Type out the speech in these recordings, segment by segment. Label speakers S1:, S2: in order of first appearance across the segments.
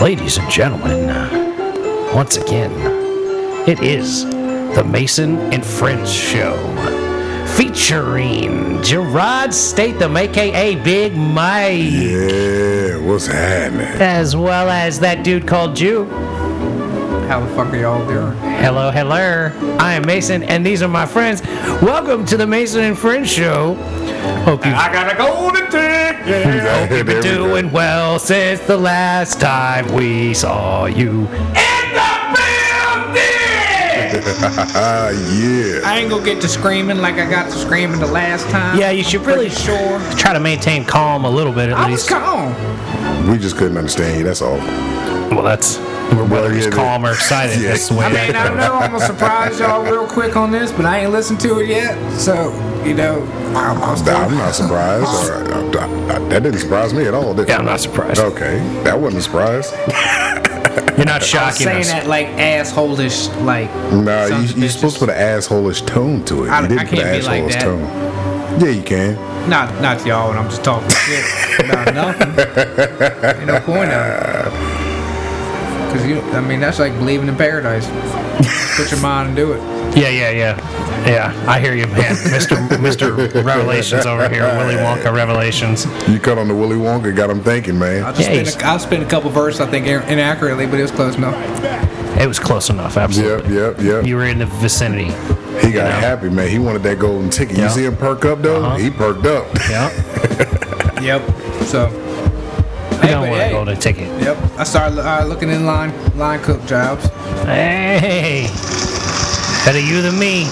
S1: Ladies and gentlemen, uh, once again, it is the Mason and Friends Show featuring Gerard Statham, aka Big Mike,
S2: Yeah, what's happening?
S1: as well as that dude called Jew.
S3: How the fuck are y'all doing?
S1: Hello, hello. I am Mason, and these are my friends. Welcome to the Mason and Friends Show. Hope you've
S3: I got a golden ticket.
S2: There we
S1: been
S2: go.
S1: doing well since the last time we saw you.
S2: Ah, yeah.
S3: I ain't gonna get to screaming like I got to screaming the last time.
S1: Yeah, you should really
S3: Pretty sure.
S1: try to maintain calm a little bit at
S3: I
S1: least.
S3: was calm.
S2: We just couldn't understand you. That's all.
S1: Well, that's we're whether he's
S2: yeah, but-
S1: calm or excited.
S2: Yeah.
S1: That's the way
S3: I mean, I
S1: that-
S3: know I'm gonna surprise y'all real quick on this, but I ain't listened to it yet. So, you know, I'm, I'm still.
S2: Nah, I'm not surprised. All right. I- I- I- that didn't surprise me at all, did it?
S1: Yeah, I'm not surprised.
S2: Okay, that wasn't a surprise.
S1: You're not
S3: I'm
S1: shocking
S3: saying
S1: us.
S3: that like assholeish, like.
S2: Nah,
S3: sons
S2: you,
S3: of
S2: you're
S3: bitches.
S2: supposed to put an assholish tone to it.
S3: I-
S2: you
S3: I
S2: didn't put
S3: can't
S2: an
S3: be like
S2: assholish
S3: that.
S2: tone. Yeah, you can.
S3: Not, not to y'all, and I'm just talking shit about nothing. Ain't no point of it. Cause you, I mean, that's like believing in paradise. Put your mind and do it.
S1: Yeah, yeah, yeah, yeah. I hear you, man, Mister Mister Revelations over here, Willy Wonka Revelations.
S2: You cut on the Willy Wonka, got him thinking,
S3: I'll
S2: man.
S3: just
S1: Yeah,
S3: spin
S1: he's-
S3: a, I'll spin a couple verses, I think, in- inaccurately, but it was close enough.
S1: It was close enough,
S2: Yep,
S1: absolutely.
S2: yep, yep.
S1: You were in the vicinity.
S2: He got happy, man. He wanted that golden ticket.
S1: Yeah.
S2: You see him perk up, though?
S1: Uh-huh.
S2: He perked up.
S1: Yeah,
S3: Yep. So.
S1: you
S3: Hey,
S1: don't
S3: but
S1: want to
S3: hey.
S1: go to ticket.
S3: Yep. I started uh, looking in line line cook jobs.
S1: Hey, better you than me.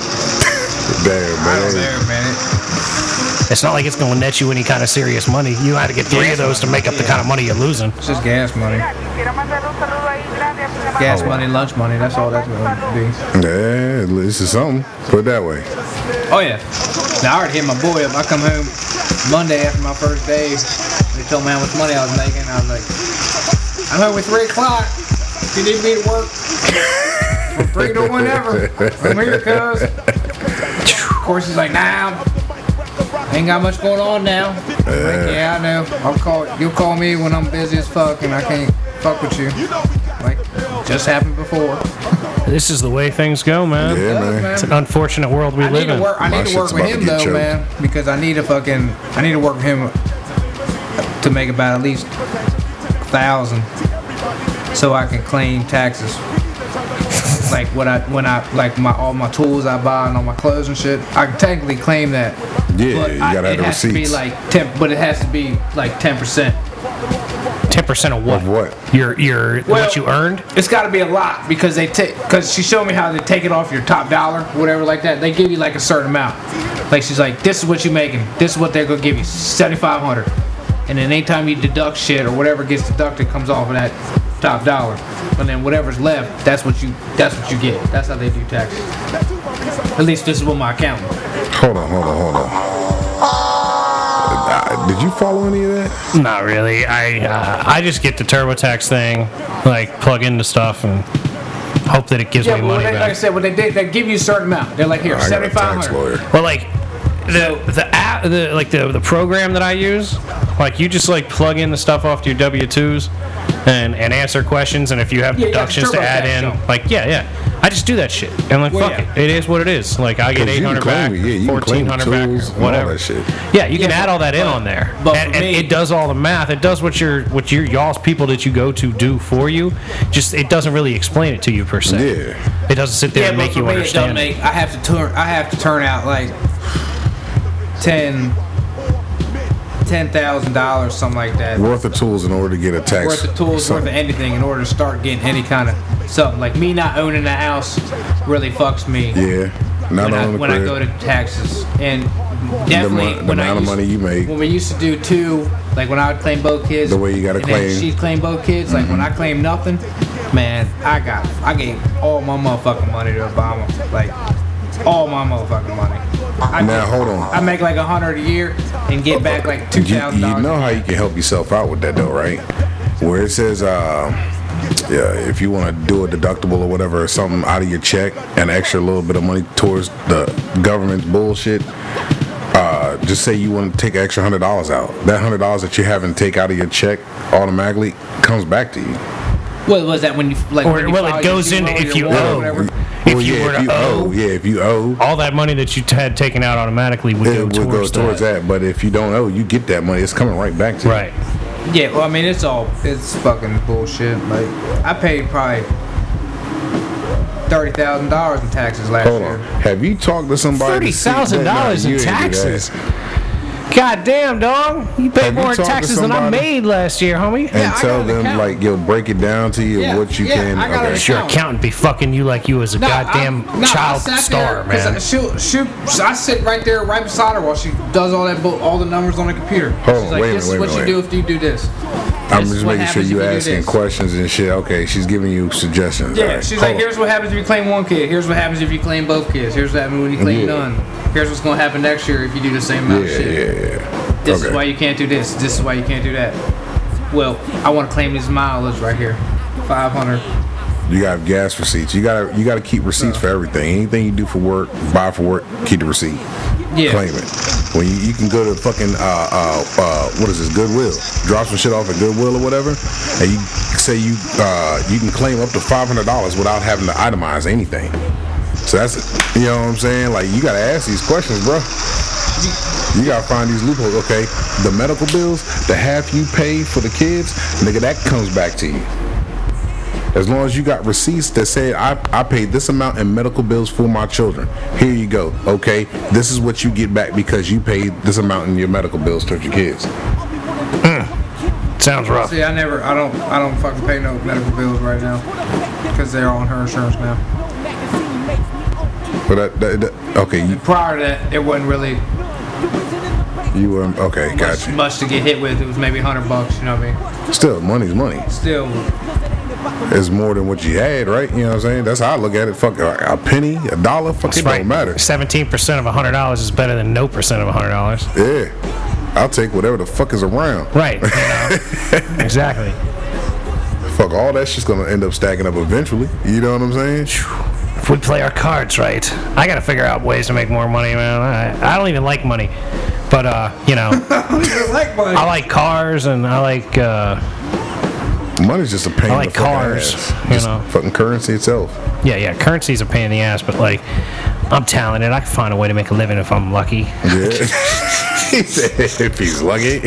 S2: Damn,
S3: I don't
S2: man.
S3: know, man.
S1: It's not like it's going to net you any kind of serious money. You had to get three of those to make up the kind of money you're losing.
S3: It's just gas money.
S4: Quiero mandar un saludo ahí grande a mi hermano.
S1: Oh,
S3: Gas money, lunch money. That's all that's going to
S2: Yeah, this is something. Put it that way.
S3: be. Oh yeah. Now I already hit my boy up. I come home Monday after my first day. They told me how much money I was making. I was like, I'm home at three o'clock. If you need me to work, from three to whenever. I'm here, cuz. Of course, he's like, nah. Ain't got much going on now. I'm Like, yeah, I know. I'll call. You call me when I'm busy as fuck and I can't fuck with you. Like, just happened before.
S1: This is the way things go, man.
S2: Yeah, man.
S3: man.
S1: It's an unfortunate world we
S3: I
S1: live
S3: need to
S1: in.
S3: work. I
S2: My
S3: need to
S2: shit's
S3: work with
S2: about to
S3: him
S2: get
S3: though,
S2: choked.
S3: man, because I need to fucking. I need to work with him to make about at least a thousand, so I can claim taxes. like what I when I like my all my tools I buy and all my clothes and shit. I can technically claim that.
S2: Yeah,
S3: but
S2: you
S3: I-
S2: gotta have
S3: it
S2: the
S3: has
S2: receipts.
S3: to be like ten, but it has to be like ten percent.
S1: Ten percent of what?
S2: Of what?
S1: Your your
S3: Well-
S1: what you earned?
S3: It's got to be a lot because they take because she showed me how they take it off your top dollar, whatever like that. They give you like a certain amount. Like she's like, this is what you're making. This is what they're gonna give you, seventy five hundred. And then anytime you deduct shit or whatever gets deducted comes off of that top dollar. And then whatever's left, that's what you that's what you get. That's how they do taxes. At least this is what my accountant.
S2: Hold on, hold on, hold on. Uh, Did you follow any of that?
S1: Not really. I uh, I just get the TurboTax thing, like plug into stuff and hope that it gives
S3: Yeah,
S1: me
S3: but what
S1: money
S3: they, like I
S1: back.
S3: said, what they did, they give you a certain amount. They're like, here,
S2: I got
S3: seventy
S2: a
S3: five
S2: tax
S3: hundred.
S2: lawyer.
S1: Well, like the the app, the like the the program that I use, like you just like plug in the stuff off to your W twos and and answer questions, and if you have
S3: Yeah, you got the
S1: deductions to add
S3: TurboTax,
S1: in,
S3: yeah.
S1: like yeah, yeah. I just do that shit. And like
S3: Well,
S1: fuck
S3: yeah.
S1: it. It is what it is. Like I get
S2: Because
S1: eight
S2: you can
S1: hundred back,
S2: claim it, yeah, you can
S1: fourteen
S2: claim
S1: hundred
S2: tools
S1: back, or
S2: and all
S1: whatever.
S2: that shit.
S1: Yeah, you can
S3: Yeah,
S1: add
S3: but-
S1: all that in on there,
S3: but
S1: and,
S3: for
S1: and
S3: me-
S1: it does all the math. It does what your what your y'all's people that you go to do for you. Just it doesn't really explain it to you per se.
S2: Yeah.
S1: It doesn't sit there and
S3: but
S1: make
S3: for
S1: you
S3: me, it
S1: understand.
S3: don't
S1: it.
S3: make- I have to turn. I have to turn out like ten, ten thousand dollars, something like that,
S2: Worth of tools in order to get a tax.
S3: worth of tools, worth of
S2: something.
S3: anything, in order to start getting any kind of something. Like me not owning a house really fucks me.
S2: Yeah. Not
S3: When, I,
S2: on the
S3: when I go to
S2: crib.
S3: taxes and definitely
S2: the
S3: when I
S2: amount of
S3: used-
S2: money you make.
S3: When we used to do two, like when I would claim both kids,
S2: The way you gotta
S3: and then
S2: claim. Mm-hmm.
S3: She claimed both kids. Like when I claim nothing, man, I got I gave all my motherfucking money to Obama. Like all my motherfucking money. I
S2: Now,
S3: get-
S2: hold on.
S3: I make like a hundred a year and get back like two
S2: You, you
S3: thousand dollars.
S2: know how you can help yourself out with that though, right? Where it says, uh, yeah, if you want to do a deductible or whatever, or something out of your check, an extra little bit of money towards the government's bullshit. Uh, just say you want to take an extra hundred dollars out. That hundred dollars that you haven't take out of your check automatically comes back to you.
S3: What was that when you like?
S1: Or-
S3: when you
S1: well,
S3: file
S1: it
S3: your
S1: goes in
S3: funeral,
S1: if
S3: your
S1: you
S3: will,
S1: owe.
S3: whatever?
S2: Well,
S1: Oh, If you
S2: yeah,
S1: were
S2: if
S1: to
S2: you
S1: owe,
S2: yeah, if you owe,
S1: all that money that you t- had taken out automatically would
S2: it
S1: go
S2: would
S1: towards,
S2: go towards
S1: that.
S2: that. But if you don't owe, you get that money. It's coming right back to you.
S1: Right.
S3: Yeah, well, I mean, it's all it's fucking bullshit. Like, I paid probably thirty thousand dollars in taxes last
S2: Hold on.
S3: year.
S2: Have you talked to somebody? to see-
S1: $30,000
S2: No,
S1: in
S2: you ain't do that.
S1: taxes. God damn, dog. You paid
S2: Have you
S1: more in
S2: talked to
S1: taxes than I
S2: somebody?
S1: made last year, homie.
S2: And
S3: Yeah, I
S2: tell
S3: got an
S2: them
S3: account.
S2: like you'll break it down to you
S3: Yeah,
S2: what you
S3: yeah,
S2: can.
S3: I got an
S1: Your
S3: No.
S1: accountant be fucking you like you was a goddamn
S3: I- no, I
S1: child
S3: sat
S1: star,
S3: there 'cause I,
S1: man.
S3: she, she, I sit right there, right beside her, while she does all that, bu- all the numbers on the computer.
S2: Hold
S3: She's
S2: on,
S3: like,
S2: wait a
S3: "This is
S2: minute,
S3: what
S2: wait a
S3: you do
S2: minute.
S3: if you do this."
S2: I'm
S3: This is
S2: just
S3: what
S2: making sure
S3: happens
S2: you
S3: if you do
S2: asking
S3: this.
S2: questions and shit. Okay, she's giving you suggestions.
S3: Yeah,
S2: All right,
S3: she's
S2: hold
S3: like,
S2: on.
S3: "Here's what happens if you claim one kid. Here's what happens if you claim both kids. Here's what happens when you claim
S2: Yeah.
S3: none. Here's what's gonna happen next year if you do the same amount of
S2: Yeah,
S3: shit."
S2: yeah, yeah.
S3: This
S2: okay.
S3: is why you can't do this. This is why you can't do that. Well, I want to claim this mileage right here, 500.
S2: You got gas receipts. You gotta you gotta keep receipts
S3: Uh.
S2: for everything. Anything you do for work, buy for work, keep the receipt.
S3: Yeah.
S2: Claim it. When you, you can go to fucking uh, uh uh what is this Goodwill? Drop some shit off at Goodwill or whatever, and you say you uh you can claim up to five hundred dollars without having to itemize anything. So that's you know what I'm saying. Like you gotta ask these questions, bro. You gotta find these loopholes. Okay, the medical bills, the half you pay for the kids, nigga, that comes back to you. As long as you got receipts that say I, I paid this amount in medical bills for my children. Here you go. Okay, this is what you get back because you paid this amount in your medical bills towards your kids.
S1: Sounds rough.
S3: See, I never, I don't, I don't fucking pay no medical bills right now because they're on her insurance now.
S2: But that, that, that- okay, you,
S3: Prior to that, it wasn't really
S2: you were okay.
S3: much,
S2: Gotcha.
S3: much to get hit with. It was maybe 100 bucks. You know what I mean?
S2: Still, money's money.
S3: Still,
S2: It's more than what you had, right? You know what I'm saying? That's how I look at it. Fuck a penny, a dollar, fuck it don't matter.
S1: Seventeen percent of hundred dollars is better than no percent of hundred dollars.
S2: Yeah, I'll take whatever the fuck is around.
S1: Right. you know. exactly.
S2: Fuck all that shit's gonna end up stacking up eventually. You know what I'm saying?
S1: If we play our cards right, I gotta figure out ways to make more money, man. I, I don't even like money, but uh, you know,
S3: like money.
S1: I like cars and I like uh,
S2: Money's just a pain.
S1: I like
S2: in the fucking
S1: cars,
S2: ass.
S1: you
S2: Just
S1: know.
S2: fucking currency itself.
S1: yeah, yeah. Currency's a pain in the ass, but like, I'm talented. I can find a way to make a living if I'm lucky.
S2: Yeah. he said, if he's lucky.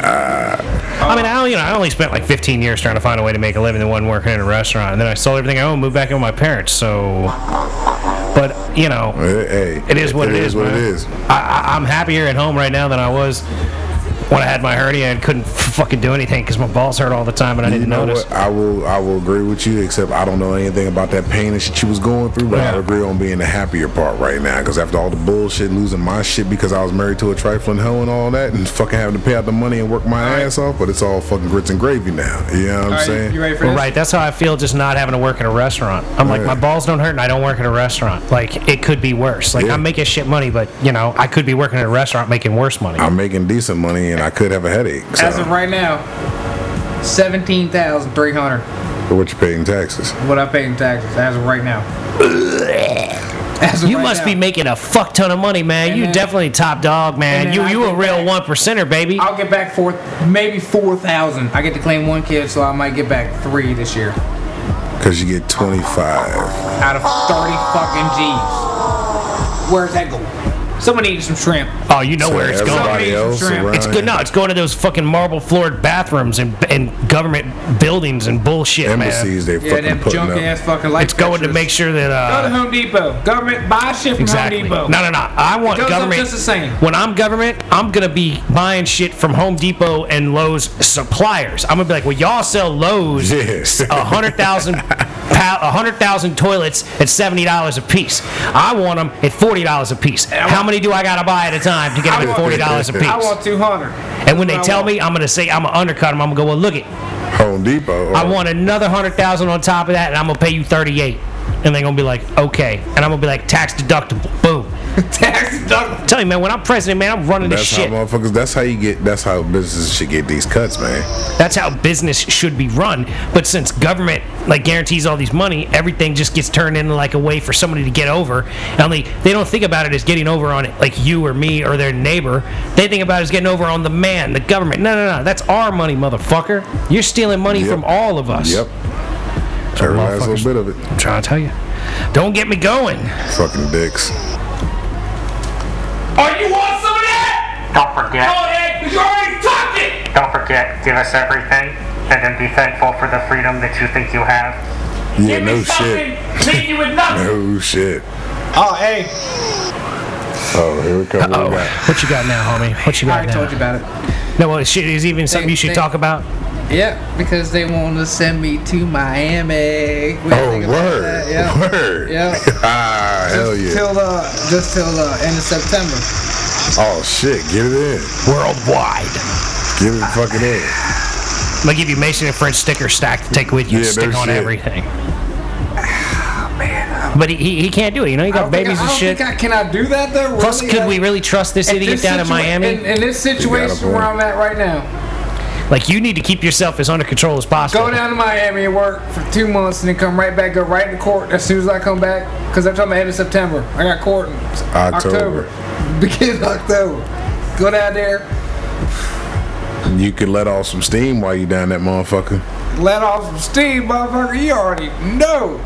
S1: I mean, I you know, I only spent like 15 years trying to find a way to make a living than one working in a restaurant, and then I sold everything I owned, moved back in with my parents. So, but you know,
S2: Hey, hey,
S1: It is what it is.
S2: What
S1: man.
S2: it is.
S1: I, I, I'm happier at home right now than I was when I had my hernia and couldn't f- fucking do anything because my balls hurt all the time and I
S2: You
S1: didn't
S2: know
S1: notice.
S2: what? I will. I will agree with you. Except I don't know anything about that pain and shit she was going through. But I
S1: Yeah.
S2: agree on being the happier part right now. Because after all the bullshit, losing my shit because I was married to a trifling hoe and all that, and fucking having to pay out the money and work my ass off. But it's all fucking grits and gravy now. You know what I'm
S3: All right,
S2: saying?
S3: you ready for
S1: Well,
S3: this?
S1: right, that's how I feel just not having to work in a restaurant. I'm like,
S2: Right.
S1: my balls don't hurt and I don't work in a restaurant. Like, it could be worse. Like,
S2: Yeah.
S1: I'm making shit money, but, you know, I could be working in a restaurant making worse money.
S2: I'm making decent money and I could have a headache. So,
S3: As of right now, 17,300.
S2: for what you pay in taxes?
S3: What I pay in taxes as of right now. As of
S1: you
S3: right
S1: must
S3: now.
S1: be making a fuck ton of money, man.
S3: And
S1: you
S3: then-
S1: definitely top dog, man.
S3: then
S1: You
S3: I
S1: you a
S3: get
S1: real
S3: back-
S1: one percenter, baby.
S3: I'll get back four, maybe four thousand. I get to claim one kid, so I might get back three this year
S2: Because you get 25.
S3: out of thirty fucking G's. Where's that going? Someone eating some shrimp.
S1: oh, you know where it's going.
S2: everybody
S3: Somebody
S2: else
S3: shrimp.
S2: around
S1: It's good. No, it's going to those fucking marble floored bathrooms and, and government buildings and bullshit, man.
S2: embassies they
S3: Yeah,
S2: fucking
S3: them
S2: putting
S3: junk
S2: up.
S3: ass fucking life.
S1: It's going to
S3: pictures.
S1: make sure that
S3: Go to
S1: uh,
S3: Home Depot. Government buy shit from
S1: exactly.
S3: Home
S1: No,
S3: Depot.
S1: no, no. I want
S3: It goes up
S1: government.
S3: just the same.
S1: When I'm government, I'm gonna be buying shit from Home Depot and Lowe's suppliers. I'm gonna be like, well, y'all sell Lowe's
S2: Yes.
S1: a hundred thousand. A hundred thousand toilets at seventy dollars a piece. I want them at forty dollars a piece. How many do I gotta buy at a time to get them at
S3: want-
S1: forty dollars a piece?
S3: I want two hundred.
S1: and when they tell me, I'm gonna say I'm gonna undercut them. I'm gonna go, well, look it.
S2: Home Depot.
S1: I want another hundred thousand on top of that, and I'm gonna pay you thirty-eight. And they're gonna be like, okay. And I'm gonna be like, tax deductible. Boom.
S3: tax deductible.
S1: Tell you, man, when I'm president, man, I'm running
S2: That's
S1: this shit.
S2: how motherfuckers. That's how you get. That's how businesses should get these cuts, man.
S1: That's how business should be run. But since government like guarantees all these money, everything just gets turned into like a way for somebody to get over. Only they don't think about it as getting over on it, like you or me or their neighbor. They think about it as getting over on the man, the government. No, no, no. That's our money, motherfucker. You're stealing money
S2: Yep.
S1: from all of us.
S2: Yep.
S1: So
S2: Every last
S1: motherfuckers-
S2: little bit of it.
S1: I'm trying to tell you. Don't get me going.
S2: Fucking dicks.
S5: Or you want some of that?
S6: Don't forget,
S5: ahead, 'cause you already talked it!
S6: don't forget, give us everything, and then be thankful for the freedom that you think you have.
S2: Yeah,
S5: Give me
S2: no
S5: something,
S2: shit.
S5: leave you with nothing.
S2: No shit.
S3: Oh, hey.
S2: Oh, here we come. What
S1: Oh,
S2: we got?
S1: what you got now, homie? What you
S3: I
S1: got
S3: already
S1: now?
S3: told you about it.
S1: No, well, shit is even something you should
S3: they-
S1: talk about.
S3: Yeah, because they want to send me to Miami. What do you think
S2: Oh,
S3: about
S2: word.
S3: that? Yeah.
S2: Word.
S3: Yeah.
S2: ah, hell
S3: Just
S2: yeah.
S3: Till uh, just till uh, end of September.
S2: Oh, shit. Get it in.
S1: Worldwide.
S2: Get it fucking in.
S1: I'm gonna give you Mason and French sticker stack to take with you.
S2: Yeah, no
S1: stick on
S2: shit.
S1: everything. But he, he, he can't do it. You know, you
S3: I
S1: got
S3: don't think
S1: babies
S3: I,
S1: and
S3: I don't
S1: shit.
S3: Think I, can I do that though?
S1: Plus,
S3: Really?
S1: could
S3: Like,
S1: we really trust this
S3: in
S1: idiot
S3: this
S1: down in
S3: situa-
S1: Miami?
S3: In, in this situation where
S2: point.
S3: I'm at right now,
S1: like, you need to keep yourself as under control as possible. Uh,
S3: go down to Miami and work for two months and then come right back, go right to court as soon as I come back. Because I'm talking about end of September. I got court in
S2: October.
S3: October. Beginning of October. Go down there,
S2: You can let off some steam while you down that motherfucker.
S3: let off some steam, motherfucker. You already know.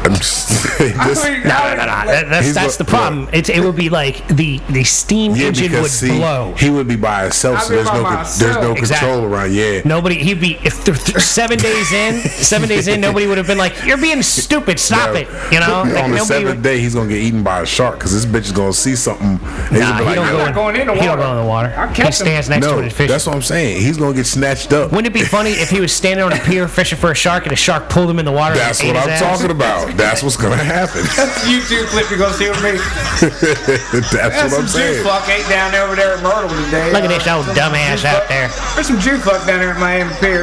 S2: I'm just, this-
S3: I mean,
S1: No,
S3: I-
S1: no, no, no.
S3: like,
S1: That- that's
S2: He's
S1: that's the
S2: go-
S1: problem. It's, it would be like the, the steam
S2: yeah,
S1: engine would
S2: because see,
S1: blow.
S2: he would be by himself,
S3: I'd
S2: so
S3: be
S2: there's
S3: by
S2: no, con- there's no
S3: myself.
S1: Exactly.
S2: control around. Yeah,
S1: Nobody, he'd be if th- th- seven days in, seven days in, nobody would have been like, "You're being stupid, stop
S2: Yeah.
S1: it," you know. Like,
S2: on the
S1: nobody
S2: seventh
S1: would,
S2: day, he's gonna get eaten by a shark because this bitch is gonna see something. And he's
S1: nah,
S2: gonna be
S1: he
S2: like,
S1: don't
S2: "Yo,
S1: go
S3: not
S1: in,
S3: going in the
S1: he don't
S3: water.
S1: go in the
S3: I'll
S1: water.
S3: catch
S1: He
S3: him.
S1: stands next to it
S2: no,
S1: and fishes.
S2: that's what I'm saying. He's gonna get snatched up.
S1: Wouldn't it be funny if he was standing on a pier fishing for a shark and a shark pulled him in the water?
S2: That's
S1: and ate
S2: what I'm
S1: his ass?
S2: talking about. That's what's gonna happen.
S3: YouTube clip you're gonna see with me.
S2: That's,
S3: That's
S2: what I'm
S3: some Jew
S2: saying.
S3: fuck ain't down there over there at Myrtle today.
S1: Look at
S3: Uh,
S1: this old
S3: some
S1: dumbass
S3: Jew
S1: out
S3: fuck-
S1: there.
S3: There's some Jew fuck down there at Miami Pier.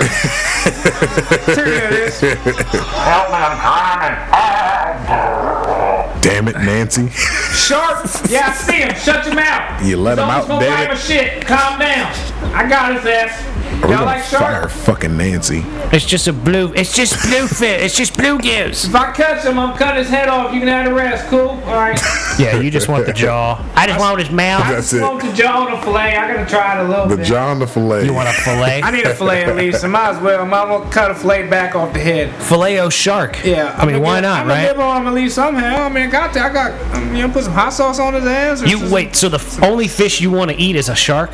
S3: Turn it is.
S6: Help me, I'm drowning.
S2: Damn it, Nancy.
S3: Shark.
S5: Yeah, I see him. Shut your mouth.
S2: You let him out,
S5: Someone's gonna
S2: damn
S5: buy him a
S2: it.
S5: shit. Calm down. I got his ass. Y'all
S2: We're gonna
S5: like
S2: fire
S5: sharks?
S2: fucking Nancy.
S1: It's just a blue. It's just bluefish. It's just bluegills.
S5: If I catch him, I'm cutting his head off. You can have the rest. Cool? All right.
S1: Yeah, you just want the jaw. I just want his mouth.
S2: That's it.
S5: Want the jaw and the fillet? I gotta try it a little
S2: The
S5: bit.
S2: John the fillet.
S1: You want a fillet?
S3: I need a fillet at least. I might as well. I might want to cut a fillet back off the head.
S1: Filet o shark.
S3: Yeah.
S1: I mean, why not,
S3: I'm gonna
S1: right?
S3: nibble on him at least somehow. I mean, I got to. I got. um, You know, put some hot sauce on his ass. Or
S1: You
S3: something.
S1: wait. So the f- only fish you want to eat is a shark.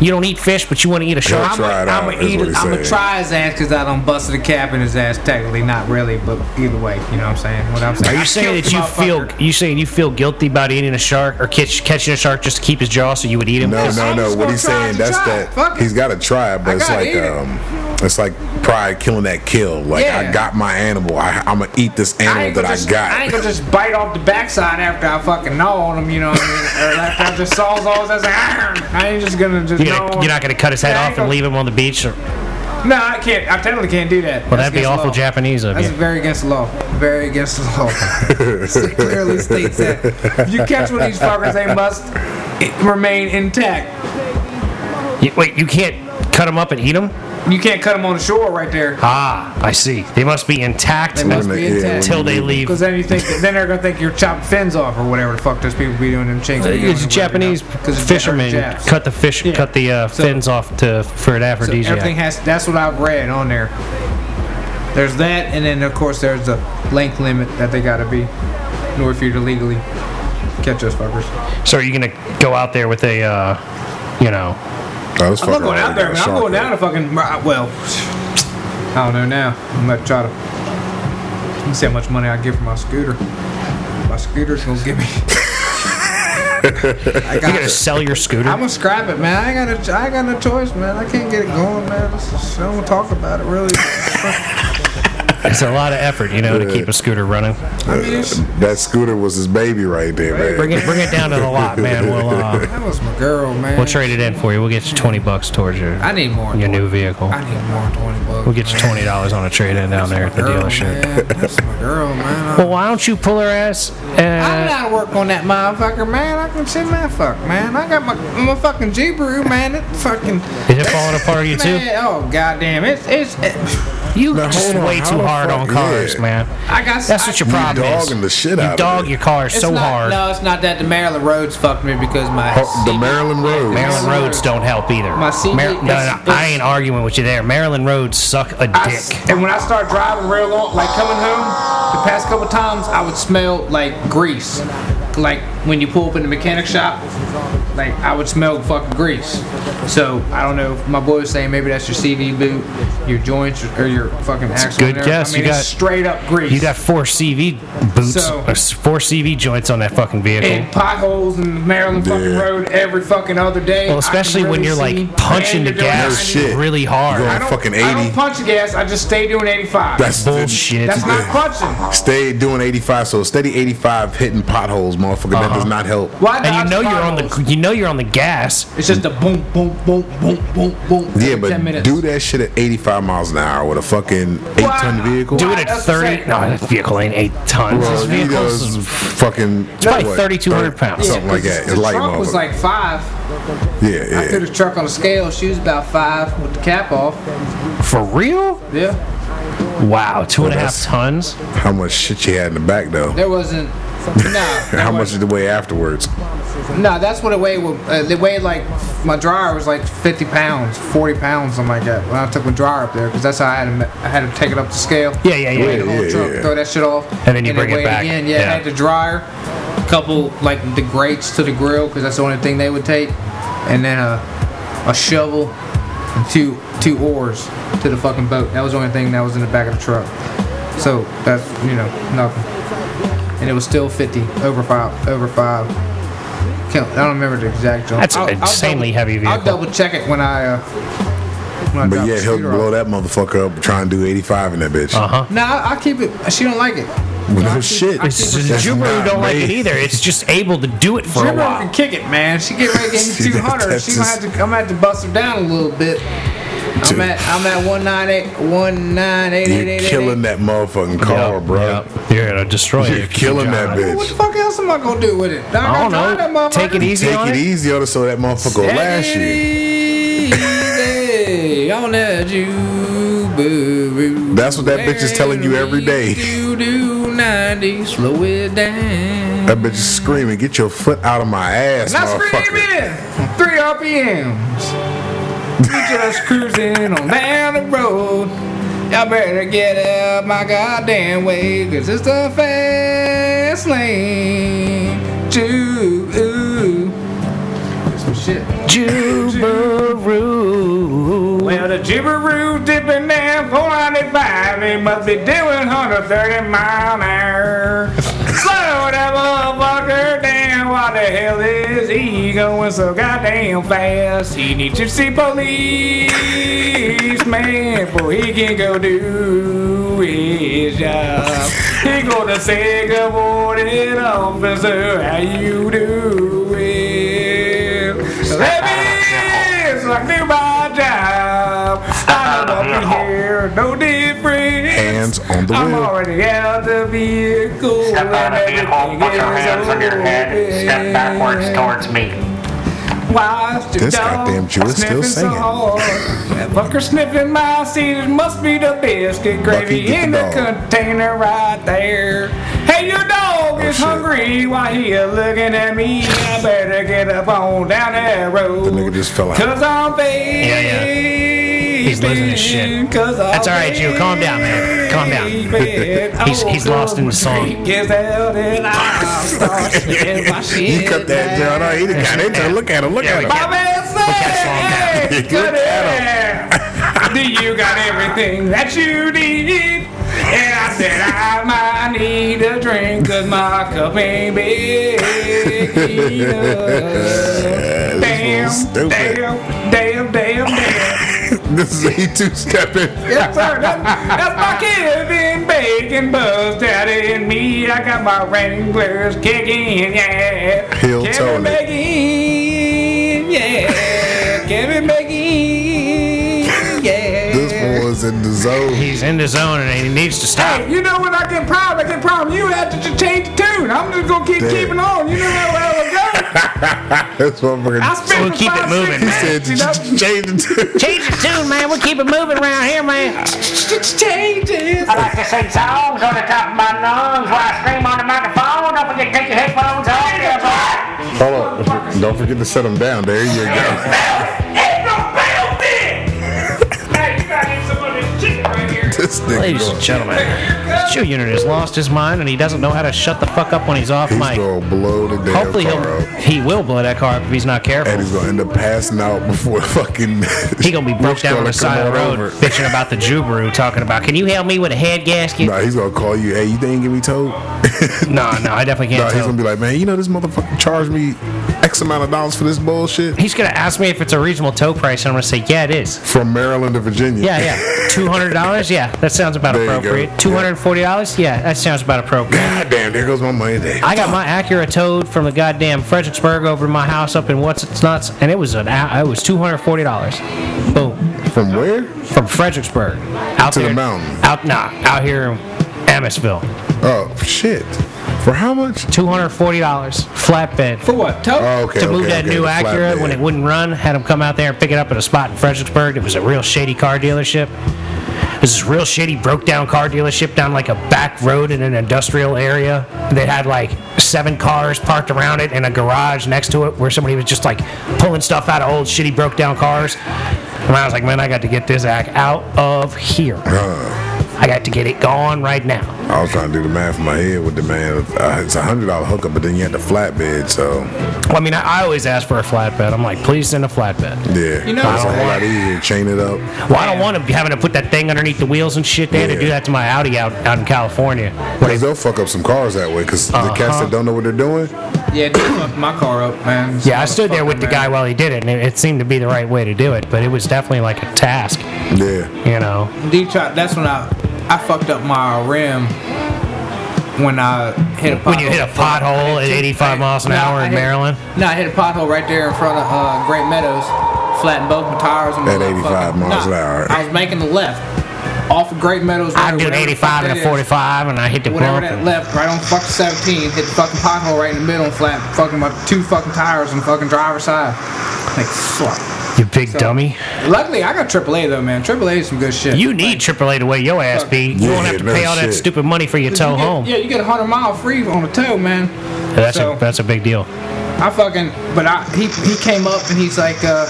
S1: You don't eat fish, but you want to eat a
S2: He'll
S1: shark.
S2: try it
S3: I'm
S2: out.
S3: gonna
S2: Is
S3: eat
S2: what
S3: it.
S2: he's
S3: I'm gonna
S2: saying.
S3: try his ass because I done busted a cap in his ass. Technically, not really, but either way, you know what I'm saying. What I'm saying.
S1: Are
S3: I
S1: you saying
S3: killed
S1: that
S3: the
S1: you
S3: motherfucker.
S1: feel you saying you feel guilty about eating a shark or catch, catching a shark just to keep his jaw so you would eat him?
S2: No, no,
S3: I'm just
S2: no. What
S3: gonna
S2: he's
S3: try
S2: saying,
S3: to
S2: that's
S3: try.
S2: that.
S3: Fuck it.
S2: He's got to try it,
S3: I
S2: but it's
S3: gotta
S2: like,
S3: eat it.
S2: um, it's like pride killing that kill. Like I
S3: Yeah.
S2: got my animal. I, I'm gonna eat this animal
S3: gonna
S2: that
S3: just,
S2: I got.
S3: I ain't gonna just bite off the backside after I fucking gnaw on him, you know what I mean? Or after I just saws all that's like, "Arr!" I ain't just gonna just
S1: You're,
S3: gnaw
S1: gonna,
S3: on-
S1: you're not going to cut his head
S3: Yeah, I
S1: off
S3: ain't
S1: and
S3: gonna-
S1: leave him on the beach. Or,
S3: No, I can't. I totally can't do that.
S1: well, that'd be awful
S3: Jack.
S1: Japanese of
S3: That's
S1: you.
S3: very against the law. Very against the law. it clearly states that. If you catch one of these fuckers, they must i- remain intact.
S1: You- Wait, you can't cut him up and eat him?
S3: You can't cut them on the shore right there.
S1: Ah, I see. They must be intact
S3: They must
S2: Wouldn't
S3: be
S2: it- yeah,
S3: intact.
S1: until they leave.
S3: Because then you think, then they're gonna think you're chopping fins off or whatever the fuck those people be doing in chains.
S1: Uh, It's a Japanese fisherman cut the fish,
S3: Yeah.
S1: cut the uh,
S3: So-
S1: fins off to for an
S3: So
S1: aphrodisiac.
S3: everything has. That's what I've read on there. There's that, and then of course there's the length limit that they gotta be in order for you to legally catch those fuckers.
S1: so are you gonna go out there with a, uh, you know,
S2: Oh, this
S3: I'm not
S2: fucker
S3: going out
S2: already
S3: there, man.
S2: got a
S3: I'm
S2: shark in
S3: going
S2: it.
S3: down to fucking. Well, I don't know now. I'm gonna try to. Let me see how much money I get for my scooter. My scooter's gonna give me. I
S1: you gonna
S3: got.
S1: sell your scooter?
S3: I'm gonna scrap it, man. I ain't got a, I ain't got no choice, man. I can't get it going, man. This is, I don't wanna talk about it, really.
S1: It's a lot of effort, you know, to keep a scooter running.
S3: I mean, it's,
S2: That scooter was his baby right there,
S1: Bring
S2: man.
S1: it, bring it down to the lot, man. We'll uh,
S3: that was my girl, man.
S1: we'll trade it in for you. We'll get you twenty bucks towards your
S3: I need more. than
S1: your
S3: 20.
S1: new vehicle.
S3: I need more than twenty bucks.
S1: We'll get you
S3: man.
S1: twenty dollars on a trade in down there at the
S3: Girl,
S1: dealership.
S3: Man. That's my girl, man.
S1: Well, why don't you pull her ass?
S3: I know
S1: Uh,
S3: how to work on that motherfucker, man. I can see my fuck, man. I got my my fucking Jeebaroo, man. It fucking
S1: is it falling apart on you too?
S3: man. Oh goddamn, it's it's. It,
S1: You
S2: Now,
S1: just
S2: hold on.
S1: way
S2: How
S1: too
S2: the
S1: hard on
S2: fuck,
S1: cars,
S2: yeah.
S1: man.
S3: I got.
S1: That's
S3: I,
S1: what your problem is.
S2: dogging the shit
S1: you
S2: out of
S1: dog
S2: it.
S1: your car
S3: it's
S1: so
S3: not-
S1: hard.
S3: No, it's not that the Maryland roads fucked me because my
S2: Oh, The Maryland Road.
S1: Maryland roads don't help either.
S3: My CD
S1: no, no,
S3: is-
S1: I ain't arguing with you there. Maryland roads suck a
S3: I
S1: dick.
S3: s- and when I started driving real long, like coming home, the past couple times I would smell like grease. Like when you pull up in the mechanic shop, like I would smell fucking grease. So I don't know. My boy was saying maybe that's your CV boot, your joints, or your fucking axle.
S1: good
S3: and everything.
S1: guess.
S3: I mean,
S1: You
S3: it's
S1: got-
S3: straight up grease.
S1: You got four CV boots,
S3: So-
S1: or s- four CV joints on that fucking vehicle.
S3: and potholes in Maryland fucking
S2: Yeah.
S3: road every fucking other day.
S1: well,
S3: I can
S1: especially when
S3: really
S1: you're
S3: see-
S1: like punching the
S3: And you're doing
S1: gas
S3: 90.
S2: shit.
S1: really
S2: You're
S1: hard.
S2: going-
S3: I don't,
S2: Fucking
S3: I
S2: 80.
S3: don't punch the gas. I just stay doing 85.
S2: That's
S1: Bullshit.
S3: That's not punching.
S2: Stay doing 85, so steady 85 hitting potholes, motherfucker. That
S1: Uh-huh.
S2: does not help.
S3: Why
S1: And
S3: dodge
S1: you know you're on
S3: potholes?
S1: the you know you're on the gas.
S3: It's just a boom, boom, boom, boom, boom, boom.
S2: Yeah,
S3: every
S2: but
S3: 10 minutes.
S2: do that shit at 85 miles an hour with a fucking 8
S3: Why-
S2: ton vehicle.
S1: Do
S3: why-
S1: it at
S3: that's the
S1: 30.
S3: same.
S1: No, that vehicle ain't eight tons.
S2: Well,
S1: this
S2: you know,
S1: vehicle's
S2: it's fucking. It's
S1: probably 3,200 pounds.
S2: Something like that. It's
S3: the
S2: light,
S3: truck was
S2: motherfucker.
S3: like five.
S2: Yeah, yeah.
S3: I threw the truck on a scale. She was about five with the cap off.
S1: for real.
S3: Yeah,
S1: Wow, two and a half
S2: that's-
S1: tons.
S2: How much shit you had in the back though?
S3: there wasn't. No,
S2: How much did it weigh afterwards?
S3: no, that's what it weighed. Uh, it weighed like my dryer was like 50 pounds, 40 pounds, something like that. When I took my dryer up there, because that's how I had to, I had to take it up to scale.
S1: Yeah, yeah, yeah.
S3: Weigh the whole
S2: Yeah,
S3: truck,
S2: yeah.
S3: throw that shit off,
S1: And then you bring it
S3: weigh
S1: back.
S3: Again. Yeah,
S1: Yeah.
S3: I had the dryer, couple like the grates to the grill because that's the only thing they would take, and then a, a shovel, and two two oars to the fucking boat. That was the only thing that was in the back of the truck. So that's you know nothing, and it was still 50 over five over five. Can't, I don't remember the exact jump.
S1: That's an insanely
S3: double,
S1: heavy
S3: I'll
S1: vehicle.
S3: double check it when I. Uh, when I
S2: But
S3: drop
S2: yeah,
S3: the
S2: he'll
S3: scooter off.
S2: blow that motherfucker up and try and do 85 in that bitch.
S1: Uh huh.
S3: No, I, I keep it. She don't like it.
S2: No
S3: I keep-
S2: shit.
S3: I
S1: It's
S3: keep it-
S1: just
S2: That's
S1: Jubaru
S2: not
S1: don't like
S2: me.
S1: it either. It's just able to do it for a
S3: Jimbo
S1: while.
S3: can kick it, man. She get ready to get
S2: See,
S3: me
S2: that-
S3: 200.
S2: that's
S3: She gonna
S2: just-
S3: have to. I'm gonna have to bust her down a little bit. I'm
S2: Dude.
S3: at. I'm at one nine eight. One nine eight eight
S2: You're
S3: eight
S2: killing that motherfucking car, bro.
S1: Yep. You're gonna destroy it.
S2: You're
S1: if you
S2: killing
S1: keep
S2: that
S1: driving.
S3: What the
S2: bitch.
S3: fuck else am I gonna do with it? I,
S1: I don't
S3: gotta drive
S1: know.
S3: that
S1: Take it
S3: motherfucker.
S1: easy on
S2: Take it
S1: it.
S2: easy on it so that motherfucker will last you.
S3: Easy on that Subaru.
S2: That's what that bitch is telling you every day.
S3: Do do 90, slow it down.
S2: That bitch is screaming, "Get your foot out of my ass,
S3: Now scream
S2: motherfucker!"
S3: in! Three RPMs. We just cruising on down the road. Y'all better get out my goddamn way, cause it's the fast lane. Too. Ooh. That's some shit.
S1: Subaru.
S5: Well, the Jibberoo dipping down 495. They must be doing 130 mile an hour. Slow that motherfucker down. Why the hell is he going so goddamn fast? He needs to see police, man, before he can go do his job. He gonna say good morning, officer. How you doing? Let me in so I can do my job. I don't want to be here, no difference.
S2: Hands on the
S5: I'm
S2: wheel.
S5: already out the vehicle.
S6: Step out of the
S5: and
S6: vehicle, put your hands on your head, step backwards towards me.
S5: Watch the
S2: This
S5: dog
S2: goddamn Jew is
S5: sniffing
S2: still
S5: so
S2: singing.
S5: hard. That fucker sniffing my seat. It must be the biscuit gravy
S2: get the
S5: in the,
S2: dog.
S5: container right there. Hey, your dog
S2: Oh,
S5: is
S2: shit.
S5: hungry. Why he a looking at me? I better get up on down that road.
S2: The nigga just fell out.
S5: Cause I'm baby.
S1: Yeah, yeah. He's losing his shit.
S5: Cause I'm
S1: That's all right, Jew. Calm down, man. Calm down.
S5: baby.
S1: He's- he's lost in the song.
S5: Gets oh, out and I'll start sniffing my shit
S2: You cut that down. No, he done got into it. Look at him. Look
S1: Yeah,
S2: at
S1: we
S2: him.
S1: can't-
S5: my man said, hey,
S2: Look
S5: good
S2: at
S5: air. Do you got everything that you need? And I said, I might need a drink, cause my cup ain't big enough.
S2: Yeah,
S5: Damn,
S2: this fool's stupid.
S5: damn, damn, damn, damn.
S2: This is he two stepping.
S5: Yes, sir. That, that's my Kevin Bacon Buzz Daddy and me. I got my Wranglers kicking, yeah.
S2: He'll
S5: Kevin
S2: tone it.
S5: Bacon, yeah. Kevin Bacon, yeah.
S2: This fool is in the zone.
S1: He's in the zone and he needs to stop.
S5: Hey, you know when I get proud, I get proud. You had to just change the tune. I'm just gonna keep
S2: Damn.
S5: keeping on. You know how well it goes.
S2: That's what I'm fucking.
S5: I spent
S1: We'll
S5: for
S1: keep it
S5: five,
S1: moving,
S5: six
S2: He said,
S5: minutes, you know?
S2: change the
S1: Change the tune, man. We'll keep it moving around here, man.
S5: Changes.
S6: I like to sing songs on the top of my lungs while I scream on the microphone. Don't forget to take your headphones off. there, boy.
S2: Hold on. Don't forget to set them down. There you go.
S5: Hey, you gotta get some of this chicken right here.
S2: This nigga
S1: Ladies
S2: going-
S1: and gentlemen, show unit has lost his mind and he doesn't know how to shut the fuck up when he's off
S2: He's
S1: mic.
S2: gonna blow the damn
S1: Hopefully
S2: car
S1: he'll,
S2: up.
S1: he will blow that car up if he's not
S2: And
S1: careful.
S2: he's gonna end up passing out before fucking.
S1: He gonna be broke
S2: Rick's
S1: down on
S2: gonna
S1: the side of
S2: come
S1: the
S2: on
S1: road,
S2: over.
S1: bitching about the Jubaru, talking about, can you help me with a head gasket?
S2: Nah, he's gonna call you. Hey, you didn't give me told.
S1: No, no, I definitely
S2: Nah,
S1: can't
S2: he's
S1: tell.
S2: gonna be like, man, you know this motherfucker charged me X amount of dollars for this bullshit
S1: He's gonna ask me if it's a reasonable tow price, and I'm gonna say, yeah, it is.
S2: from Maryland to Virginia.
S1: Yeah, yeah. Two hundred dollars? Yeah, that sounds about
S2: There you go.
S1: appropriate. Two hundred and forty dollars? Yeah, that sounds about appropriate.
S2: God damn, there goes my money. There.
S1: I got my Acura towed from the goddamn Fredericksburg over to my house up in what's it's nuts, and it was an hou- it was two hundred forty dollars. Boom,
S2: From where?
S1: from Fredericksburg out
S2: To the
S1: there,
S2: mountain.
S1: Out nah, out here in Amosville,
S2: Oh shit. For how much?
S1: two hundred forty dollars flatbed.
S3: For what? Toe?
S2: Oh, okay.
S1: to move
S2: okay,
S1: that
S2: okay,
S1: new
S2: the
S1: Acura
S2: flatbed.
S1: when it wouldn't run, had him come out there and pick it up at a spot in Fredericksburg. It was a real shady car dealership. This is real shitty, broke down car dealership down like a back road in an industrial area. They had like seven cars parked around it and a garage next to it where somebody was just like pulling stuff out of old shitty, broke down cars. And I was like, man, I got to get this act out of here.
S2: Uh,
S1: I got to get it gone right now.
S2: I was trying to do the math in my head with the man. Uh, it's a hundred dollar hookup, but then you had the flatbed, so
S1: Well, I mean, I, I always ask for a flatbed. I'm like, please send a flatbed.
S2: yeah.
S3: You know-
S2: it's a whole lot easier to chain it up.
S1: Well, I don't want them having to put that thing underneath the wheels and shit. They had to
S2: Yeah.
S1: do that to my Audi out, out in California. Where
S2: Because
S1: they-
S2: they'll fuck up some cars that way. Because the cats
S1: Uh-huh.
S2: that don't know what they're doing,
S3: Yeah, dude, fuck my car up, man.
S1: yeah, I stood there with the
S3: Motherfucker,
S1: guy
S3: man.
S1: while he did it, and it, it seemed to be the right way to do it, but it was definitely like a task,
S2: yeah.
S1: you know?
S3: Detroit, that's when I I fucked up my rim when I hit a pothole.
S1: When you hit a pothole at 85 miles an
S3: No,
S1: hour
S3: I
S1: in
S3: hit-
S1: Maryland.
S3: No, I hit a pothole right there in front of uh, Great Meadows, flattened both my tires. And
S2: At
S3: my
S2: 85
S3: fucking-
S2: miles
S3: no,
S2: an hour.
S3: I was making the left off of Great Meadows.
S1: I
S3: Road,
S1: do an
S3: whatever the
S1: 85
S3: fuck
S1: and a
S3: that is.
S1: 45, and I hit the
S3: Whatever
S1: bump.
S3: that
S1: and-
S3: left, right on fuck 17, hit the fucking pothole right in the middle and flat fucking my two fucking tires on fucking driver's side. Like, fuck.
S1: You big dummy.
S3: Luckily, I got AAA though, man. AAA is some good shit.
S1: You need AAA to weigh your ass beat. You
S2: Yeah,
S1: won't have to
S2: no
S1: pay all that
S2: shit.
S1: stupid money for your
S3: You
S1: tow
S3: get-
S1: home.
S3: Yeah, you get a 100 mile free on a tow, man.
S1: That's a
S3: so-
S1: that's a big deal.
S3: I fucking, but I he he came up and he's like, uh,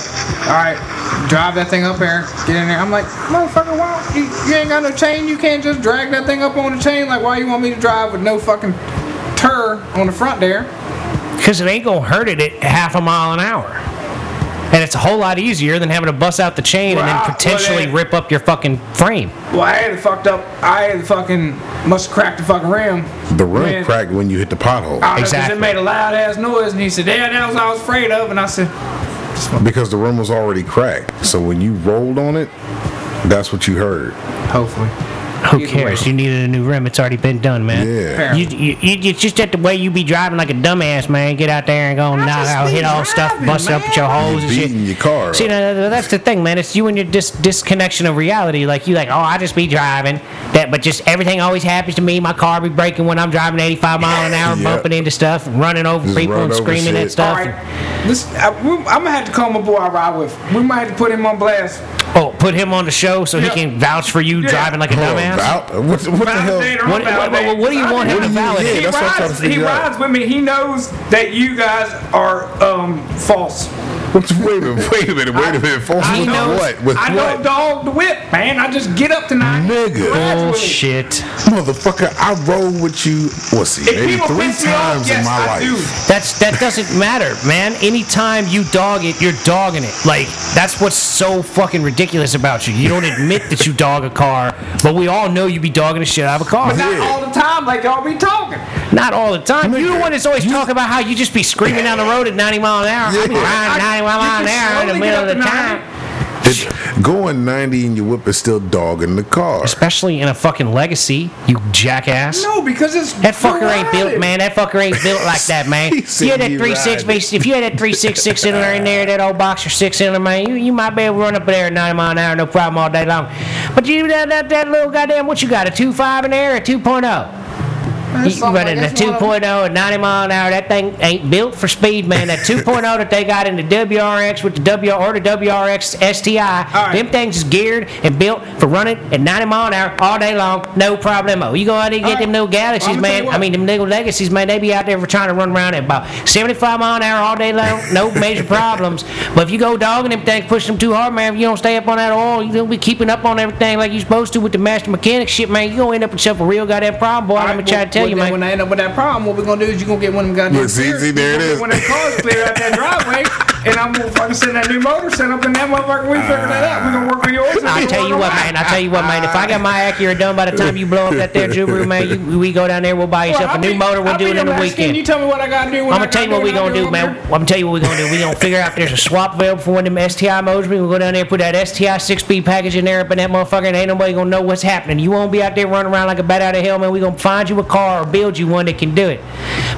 S3: all right, drive that thing up here, get in there. I'm like, motherfucker, why you, you ain't got no chain? You can't just drag that thing up on the chain. Like, why you want me to drive with no fucking tur on the front there?
S1: Because it ain't going to hurt it at half a mile an hour. And it's a whole lot easier than having to bust out the chain and
S3: Well,
S1: then
S3: I-
S1: potentially
S3: well, they-
S1: rip up your fucking frame.
S3: Well, I had it fucked up. I had it fucking must have cracked the fucking rim.
S2: The rim
S3: Man.
S2: cracked when you hit the pothole
S3: I don't know, 'cause
S1: Exactly.
S3: It made a loud ass noise, and he said, "Yeah, that was what I was afraid of." And I said,
S2: because the rim was already cracked. So when you rolled on it, that's what you heard.
S3: "Hopefully."
S1: Who
S3: Either
S1: cares?
S3: way.
S1: You needed a new rim. It's already been done, man.
S2: Yeah.
S1: You, you, you, it's just that the way you be driving like a dumbass, man. Get out there and go knock
S3: just
S1: out,
S3: be
S1: hit all stuff,
S3: driving,
S1: bust up with your holes
S2: You
S1: and shit.
S2: beating your car.
S1: See,
S2: up.
S1: no, no, no, that's the thing, man. It's you and your dis- disconnection of reality. Like you, like, oh, I just be driving, that, but just everything always happens to me. My car be breaking when I'm driving 85 mile an hour,
S2: Yeah.
S1: bumping into stuff, running over
S2: Just
S1: people,
S2: run
S1: and
S2: over
S1: screaming at
S2: shit.
S1: stuff.
S3: All right, this I, we, I'm gonna have to call my boy I ride with. We might have to put him on blast.
S1: Oh, put him on the show so he
S3: Yeah.
S1: can vouch for you
S3: Yeah.
S1: driving like a
S2: Hold on,
S1: dumbass.
S2: out- What, what the hell?
S1: What, what, what, what do you want him to
S2: What do you-
S1: validate?
S2: yeah,
S5: He
S2: that's what I'm trying to
S5: rides, he
S2: figure out.
S5: rides with me. He knows that you guys are um false.
S2: What- Wait a minute, wait a minute, wait a minute. Force
S5: I
S2: with
S5: know-
S2: what? With
S5: I know
S2: what?
S5: dog the whip, man. I just get up tonight.
S2: Nigga.
S5: graduate.
S1: Bullshit.
S2: Motherfucker, I rode with you, what's see,
S5: If
S2: maybe
S5: people
S2: three
S5: piss me off,
S2: times
S5: yes,
S2: in my
S5: I
S2: life.
S5: do.
S1: That's that doesn't matter, man. Anytime you dog it, you're dogging it. Like that's what's so fucking ridiculous about you. You don't admit that you dog a car, but we all know you be dogging the shit out of a car.
S5: Not
S2: Yeah.
S5: all the time, like y'all be talking.
S1: Not all the time. You're the
S2: Nigga,
S1: one that's always talking about how you just be screaming down the road at 90 mile an hour. I be
S2: Yeah.
S1: riding 90 mile
S5: you can
S1: an hour in the
S5: slowly
S1: middle of
S5: get
S1: the
S5: up to 90.
S1: time.
S2: It- going 90 and your whip is still dogging the car.
S1: Especially in a fucking legacy, you jackass.
S3: No, because it's
S1: That fucker ain't built,
S3: riding.
S1: man. That fucker ain't built like that, man.
S2: He
S1: you had
S2: said
S1: that
S2: he
S1: three six,
S2: riding.
S1: if you had that three six six in there in there, that old boxer six in there, man, you, you might be able to run up there at ninety mile an hour, no problem all day long. But oh? you that that, that little goddamn, what you got? A two five in there, or a two
S3: That's
S1: You
S3: something
S1: running a
S3: like- that's one of-
S1: 2.0 at 90 mile an hour, that thing ain't built for speed, man. That 2.0 that they got in the WRX with the W or the WRX STI,
S3: All right.
S1: them things is geared and built for running at 90 mile an hour all day long, no problemo. You go out there and get
S3: All
S1: them
S3: right.
S1: new Galaxies,
S3: Well, I'ma tell you
S1: man.
S3: what.
S1: I mean, them new Legacies, man. They be out there for trying to run around at about 75 mile an hour all day long, no major problems. But if you go dogging them things, push them too hard, man. If you don't stay up on that oil, you don't be keeping up on everything like you supposed to with the master mechanic shit, man. You gonna end up with yourself a real goddamn problem, boy. I'm gonna try to tell
S3: well,
S1: you,
S3: then
S1: man.
S3: When I end up with that problem, what we're gonna do is you're gonna get one of them goddamn.
S2: Look, see,
S3: steers.
S2: see, there it is.
S5: When the car's clear out that driveway, and I'm gonna fucking send that new motor set up, and that motherfucker, we figure that out. We gonna work on yours. and
S1: I
S5: we
S1: tell
S5: work
S1: you
S5: on
S1: what,
S5: mine.
S1: man. I tell you what, man. If I got my Acura done by the time you blow up that there Jubilee, man, you, we go down there. We'll buy
S3: Well,
S1: yourself
S3: I'll
S1: a new
S3: be-
S1: motor. We'll
S3: I'll
S1: do
S3: be
S1: it
S3: the
S1: in a
S3: Mexican.
S1: weekend.
S3: You tell me what I gotta do.
S1: I'm gonna tell you what we gonna do, man. I'm gonna tell you what we gonna do. We gonna figure out if there's a swap valve for one of them STI motors. We gonna go down there, put that STI six-speed package in there, up in that motherfucker, and ain't nobody gonna know what's happening. You won't be out there running around like a bat out of hell, man. We gonna find you a car or build you one that can do it.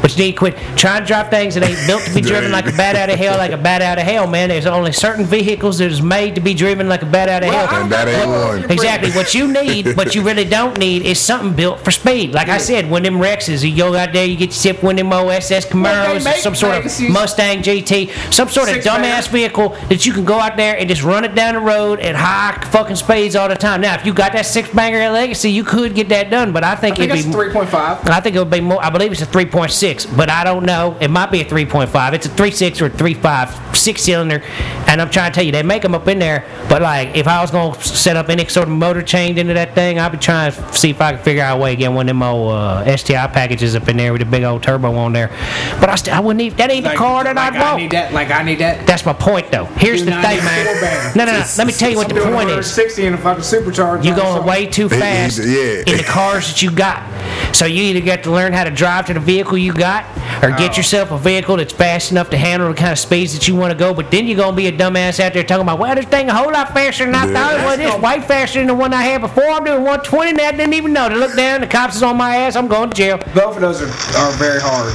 S1: But you need to quit trying to drive things that ain't built to be driven like a bat out of hell, like a bat out of hell, man. There's only certain vehicles that is made to be driven like a bat out of hell.
S2: And that ain't one.
S1: Exactly. What you need, what you really don't need, is something built for speed. Like I said, one of them Rexes, you go out there, you get yourself one of them OSS
S3: Well, they
S1: Camaros, or
S3: make
S1: some sort
S3: Legacies.
S1: of Mustang GT, some sort of
S3: Six
S1: dumbass vehicle that you can go out there and just run it down the road at high fucking speeds all the time. Now, if you got that six banger Legacy, you could get that done, but I think,
S3: I think
S1: it'd
S3: it's
S1: be.
S3: 3.5.
S1: I think it would be more. I believe it's a 3.6, but I don't know. It might be a 3.5. It's a 3.6 or a 3.5 six cylinder, and I'm trying to tell you they make them up in there. But like, if I was gonna set up any sort of motor change into that thing, I'd be trying to see if I could figure out a way to get one of them old uh, STI packages up in there with a big old turbo on there. But I still, I wouldn't even. That ain't the car that
S3: like,
S1: I'd want.
S3: I need that. Like I need that.
S1: That's my point, though. Here's
S3: Do
S1: the
S3: not
S1: thing,
S3: need four
S1: man.
S3: bands.
S1: No, no, no. Let me tell you what the
S5: Doing
S1: point is.
S5: 160 in a fucking supercharger.
S1: You're
S5: or
S1: going
S5: something.
S1: way too
S2: he-
S1: fast
S2: yeah.
S1: in the cars that you got. So you either got to learn how to drive to the vehicle you got, or
S2: Uh-huh.
S1: get yourself a vehicle that's fast enough to handle the kind of speeds that you want to go. But then you're gonna be a dumbass out there talking about, well, this thing a whole lot faster than I
S2: Yeah.
S1: thought it was. It's way faster than the one I had before. I'm doing 120 and I didn't even know. To look down, the cops is on my ass. I'm going to jail.
S5: Both of those are, are very hard.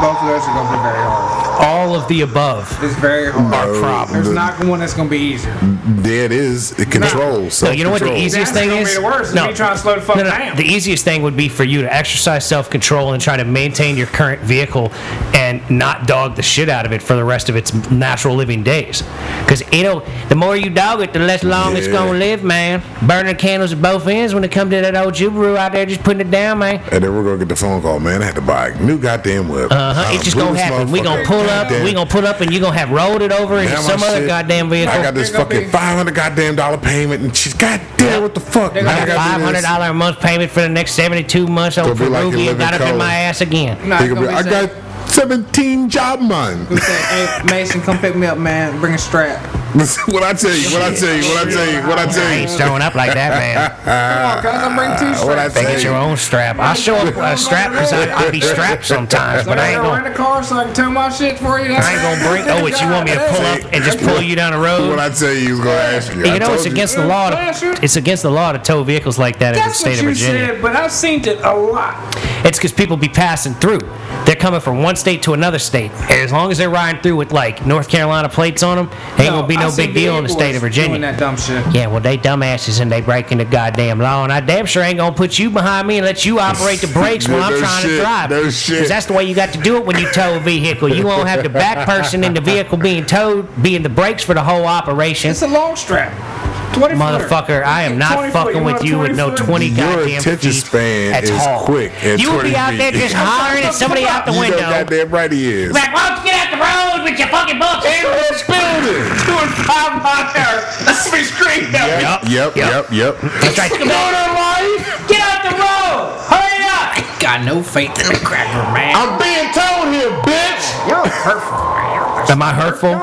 S5: Both of those are gonna be very hard.
S1: All of the above.
S5: It's very hard.
S1: Our problem.
S5: There's not one that's gonna be easier.
S2: There it is. It controls.
S1: No, you know what the
S2: self-control.
S1: easiest
S5: That's
S1: thing
S5: gonna
S1: is?
S5: be the worst, is
S1: no,
S5: me trying to slow the fuck
S1: no, no.
S5: down.
S1: The easiest thing would be for you to exercise self-control and try to maintain your current vehicle and not dog the shit out of it for the rest of its natural living days. Because you know, the more you dog it, the less long it's
S2: Yeah.
S1: gonna live, man. Burning candles at both ends when it comes to that old Jubaru out there, just putting it down, man.
S2: And then we're gonna get the phone call, man. I had to buy a new goddamn whip.
S1: Uh-huh.
S2: I
S1: It's just
S2: blew
S1: gonna
S2: this
S1: happen. We gonna
S2: motherfucker.
S1: pull up.
S2: Goddamn-
S1: We gonna pull up, and you gonna have rolled it over into
S2: Damn,
S1: some
S2: my
S1: other
S2: shit.
S1: goddamn vehicle.
S2: I got this
S5: They're gonna
S2: fucking
S5: be-
S2: five hundred goddamn dollar payment, and she's goddamn what the fuck.
S1: I
S2: man,
S1: got a five
S2: gotta do
S1: hundred
S2: this.
S1: dollar a month payment for the next seventy two months. Old
S2: Gonna be like
S1: Peruvian
S2: eleven
S1: got up in
S2: colors.
S1: my ass again.
S3: Nah,
S2: They
S3: it's
S2: gonna be, I
S3: gonna be sad.
S2: got seventeen job month.
S3: We say, hey Mason, come pick me up, man. Bring a strap.
S2: what I tell you, what I tell you, what I tell you, what I
S1: I
S2: tell you. Ah,
S1: ain't throwing up like that,
S5: Come on,
S1: man.
S5: cuz I'm bringing two
S2: What I
S5: straps.
S1: They get
S2: Hey.
S1: your own strap. I show up with a strap because I, I be strapped sometimes,
S5: But
S1: but I ain't
S5: gonna
S1: gonna.
S5: rent a car so I can tow my shit for you.
S1: I ain't gonna bring. Oh, what you want me to pull up and just pull you down the
S2: What
S1: road?
S2: I tell you is gonna ask you. I
S1: You know
S2: told
S1: it's
S2: you.
S1: against the law. To, it's against the law to tow vehicles like that in the
S5: That's
S1: state
S5: what
S1: of
S5: you
S1: Virginia.
S5: said, but I've seen it a lot.
S1: It's because people be passing through. They're coming from one state to another state. And as long as they're riding through with like North Carolina plates on them, ain't gonna be
S5: I
S1: no
S5: see
S1: big deal in the
S5: vehicles
S1: state of Virginia.
S5: Doing that dumb shit.
S1: Yeah, well, they dumbasses and they breaking the goddamn law, and I damn sure ain't gonna put you behind me and let you operate the brakes when
S2: No
S1: I'm trying to
S2: shit,
S1: drive.
S2: no shit.
S1: Because that's the way you got to do it when you tow a vehicle. You won't have the back person in the vehicle being towed, being the brakes for the whole operation.
S5: It's a long strap. 20 footer.
S1: Motherfucker, I am not
S5: 20 foot,
S1: fucking with
S5: want
S1: you with
S5: 20
S1: no
S5: foot?
S1: 20
S2: Your
S1: goddamn
S2: attention
S1: feet.
S2: span
S1: That's
S2: is
S1: all.
S2: quick at
S1: You would be
S2: 20
S1: out there
S2: feet.
S1: just hollering at somebody out the
S2: You know
S1: window.
S2: goddamn right he is.
S1: Like, why don't you get out the road with your fucking bullshit?
S2: Building.
S5: Doing five out there. That's me screaming.
S1: Yep,
S2: Yep, yep, yep.
S1: That's right.
S5: Get out the road. Hurry up.
S3: Got no faith in the cracker, man.
S2: I'm being told here, bitch.
S3: You're hurtful.
S1: Am I hurtful?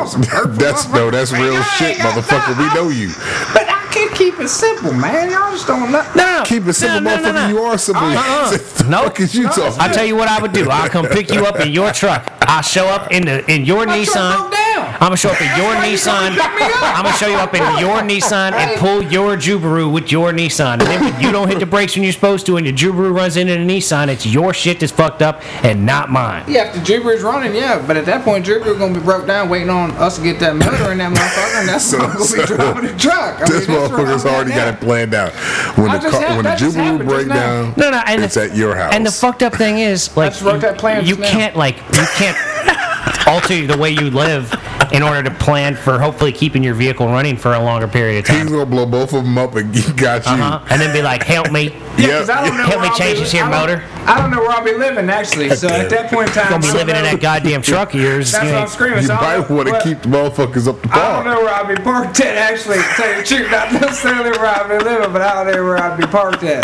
S2: That's no, that's real shit, motherfucker. We know you.
S3: But I can keep it simple, man. Y'all just don't know.
S1: No, no.
S2: Keep it simple,
S1: No, no, no, no.
S2: motherfucker. You are simple.
S1: Uh-uh.
S2: What the
S1: Nope.
S2: fuck is you talking?
S1: I tell you what I would do. I'll come pick you up in your truck. I'll show up in the in your
S3: My truck
S1: Nissan.
S3: broke down.
S1: I'm gonna show up in your Nissan. I'm gonna show you up in your Nissan and pull your Jubaru with your Nissan. And then when you don't hit the brakes when you're supposed to, and your Jubaru runs into the Nissan, it's your shit that's fucked up and not mine.
S3: Yeah, if the Juba's running, yeah, but at that point, Juba's gonna be broke down waiting on us to get that motor in that motherfucker, and that's
S2: So-
S3: gonna be
S2: so-
S3: driving the truck. I mean,
S2: this
S3: that's where
S2: motherfucker's
S3: I'm at
S2: already
S3: now.
S2: got it planned out. When
S3: I
S2: the
S3: just
S2: car,
S3: had-
S2: when the
S3: that just
S2: Jubilee
S3: happened just now.
S2: breakdown,
S1: No, no, and
S2: it's
S1: the,
S2: at your house.
S1: And the fucked up thing is, like,
S3: just wrote
S1: you,
S3: that plan
S1: you
S3: just now.
S1: can't like you can't alter the way you live in order to plan for hopefully keeping your vehicle running for a longer period of
S2: He's
S1: time.
S2: gonna blow both of them up and he got you.
S1: Uh-huh. And then be like, help me.
S2: Yeah.
S3: 'Cause I don't know
S1: Help
S3: where
S1: me
S3: I'll
S1: change
S3: be-
S1: this here
S3: I don't-
S1: motor.
S3: I don't know where I'll be living actually. So at that point in time,
S1: Gonna be
S3: I don't
S1: living in
S3: know-
S1: that goddamn truck of yours.
S3: That's
S1: You
S3: what I'm
S1: ain't-
S3: screaming.
S2: You
S3: so I
S2: might
S3: don't know
S2: want to
S3: what-
S2: keep the motherfuckers up the
S3: I don't know
S2: bar.
S3: where I'll be parked at actually. To tell you the truth, not necessarily where I'll be living, but I don't know where I'll be parked at.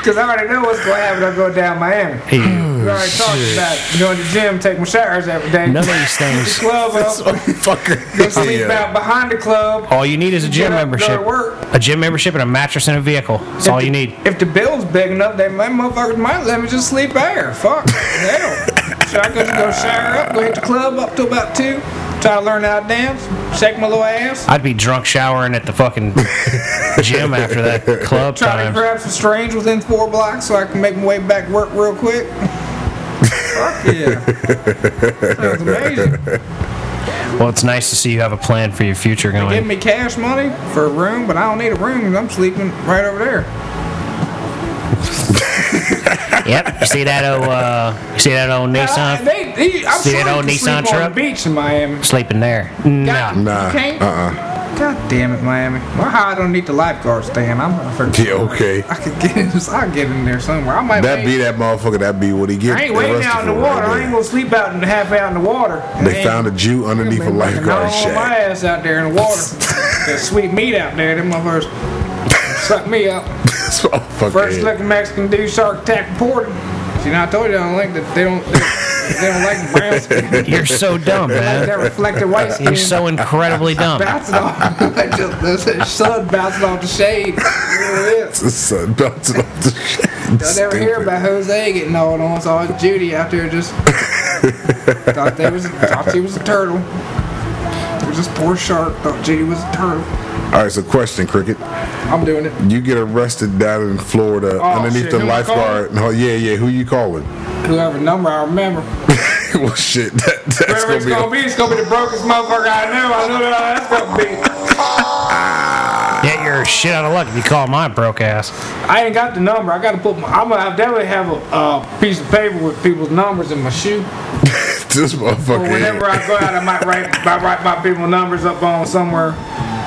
S3: Cause I already know what's gonna happen. I'm going down Miami. We already talked about it. going to the gym, taking showers every day.
S1: None of these
S3: The
S1: things.
S3: club up, go
S2: Fucker.
S3: sleep
S2: Yeah.
S3: out behind the club.
S1: All you need is a gym
S3: Get up, Go
S1: membership.
S3: to work.
S1: A gym membership and a mattress and a vehicle. That's all you need.
S3: If the bill's big enough, they my motherfuckers might let me just sleep there. Fuck. Hell. so I could just go shower up, go hit the club up till about two, try to learn how to dance, shake my little ass.
S1: I'd be drunk showering at the fucking gym after that club
S3: Try to
S1: time.
S3: grab some strange within four blocks so I can make my way back to work real quick. Fuck yeah. Sounds amazing.
S1: Well, it's nice to see you have a plan for your future
S3: Give
S1: going.
S3: me cash money for a room, but I don't need a room 'cause I'm sleeping right over there.
S1: Yep. You see that old, uh, you see that old
S3: I,
S1: Nissan
S3: they, they, I'm
S1: See
S3: sure
S1: that
S3: you
S1: old
S3: can sleep
S1: Nissan
S3: on
S1: truck?
S3: the beach in Miami.
S1: sleeping there? No.
S2: Nah.
S3: You can't?
S2: Uh. uh
S3: God damn it, Miami. Why I don't need the lifeguard stand? I'm gonna forget.
S2: Yeah. Okay.
S3: I could get in, I'll get in there somewhere. I might
S2: That
S3: wait.
S2: be that motherfucker. That be what he get.
S3: I ain't waiting
S2: arrested
S3: out in the
S2: for
S3: water. I
S2: right
S3: ain't gonna sleep out in the half out in the water.
S2: there. They found a Jew underneath a lifeguard
S3: my
S2: shack.
S3: ass out there in the water. that sweet meat out there. Them motherfuckers suck me up.
S2: This motherfucker
S3: First
S2: here.
S3: looking Mexican dude shark attack reported. See, now I told you I don't like that. They don't. They, they don't like brown skin.
S1: You're so dumb,
S3: They like that
S1: man.
S3: reflective white skin.
S1: You're so incredibly dumb.
S3: bouncing off. like just, the sun bouncing off the shade. There it is.
S2: The sun bouncing off the shit.
S3: I never hear about Jose getting all on, so I was Judy out there just thought they was thought she was a turtle. It was this poor shark, thought Judy was a turtle.
S2: All right, so question, Cricket.
S3: I'm doing it.
S2: You get arrested down in Florida underneath
S3: Oh, shit,
S2: the
S3: who we
S2: lifeguard. Oh, yeah, yeah. Who you calling?
S3: Whoever number I remember.
S2: well, shit. That, that's
S3: Whoever
S2: going
S3: it's
S2: to be.
S3: gonna be, it's gonna be the brokest motherfucker I know. I know that that's gonna be.
S1: Yeah, you're shit out of luck if you call my broke ass.
S3: I ain't got the number. I gotta put my I'm gonna I definitely have a uh, piece of paper with people's numbers in my shoe.
S2: this
S3: Or
S2: motherfucker.
S3: whenever
S2: here.
S3: I go out I might write I write my people's numbers up on somewhere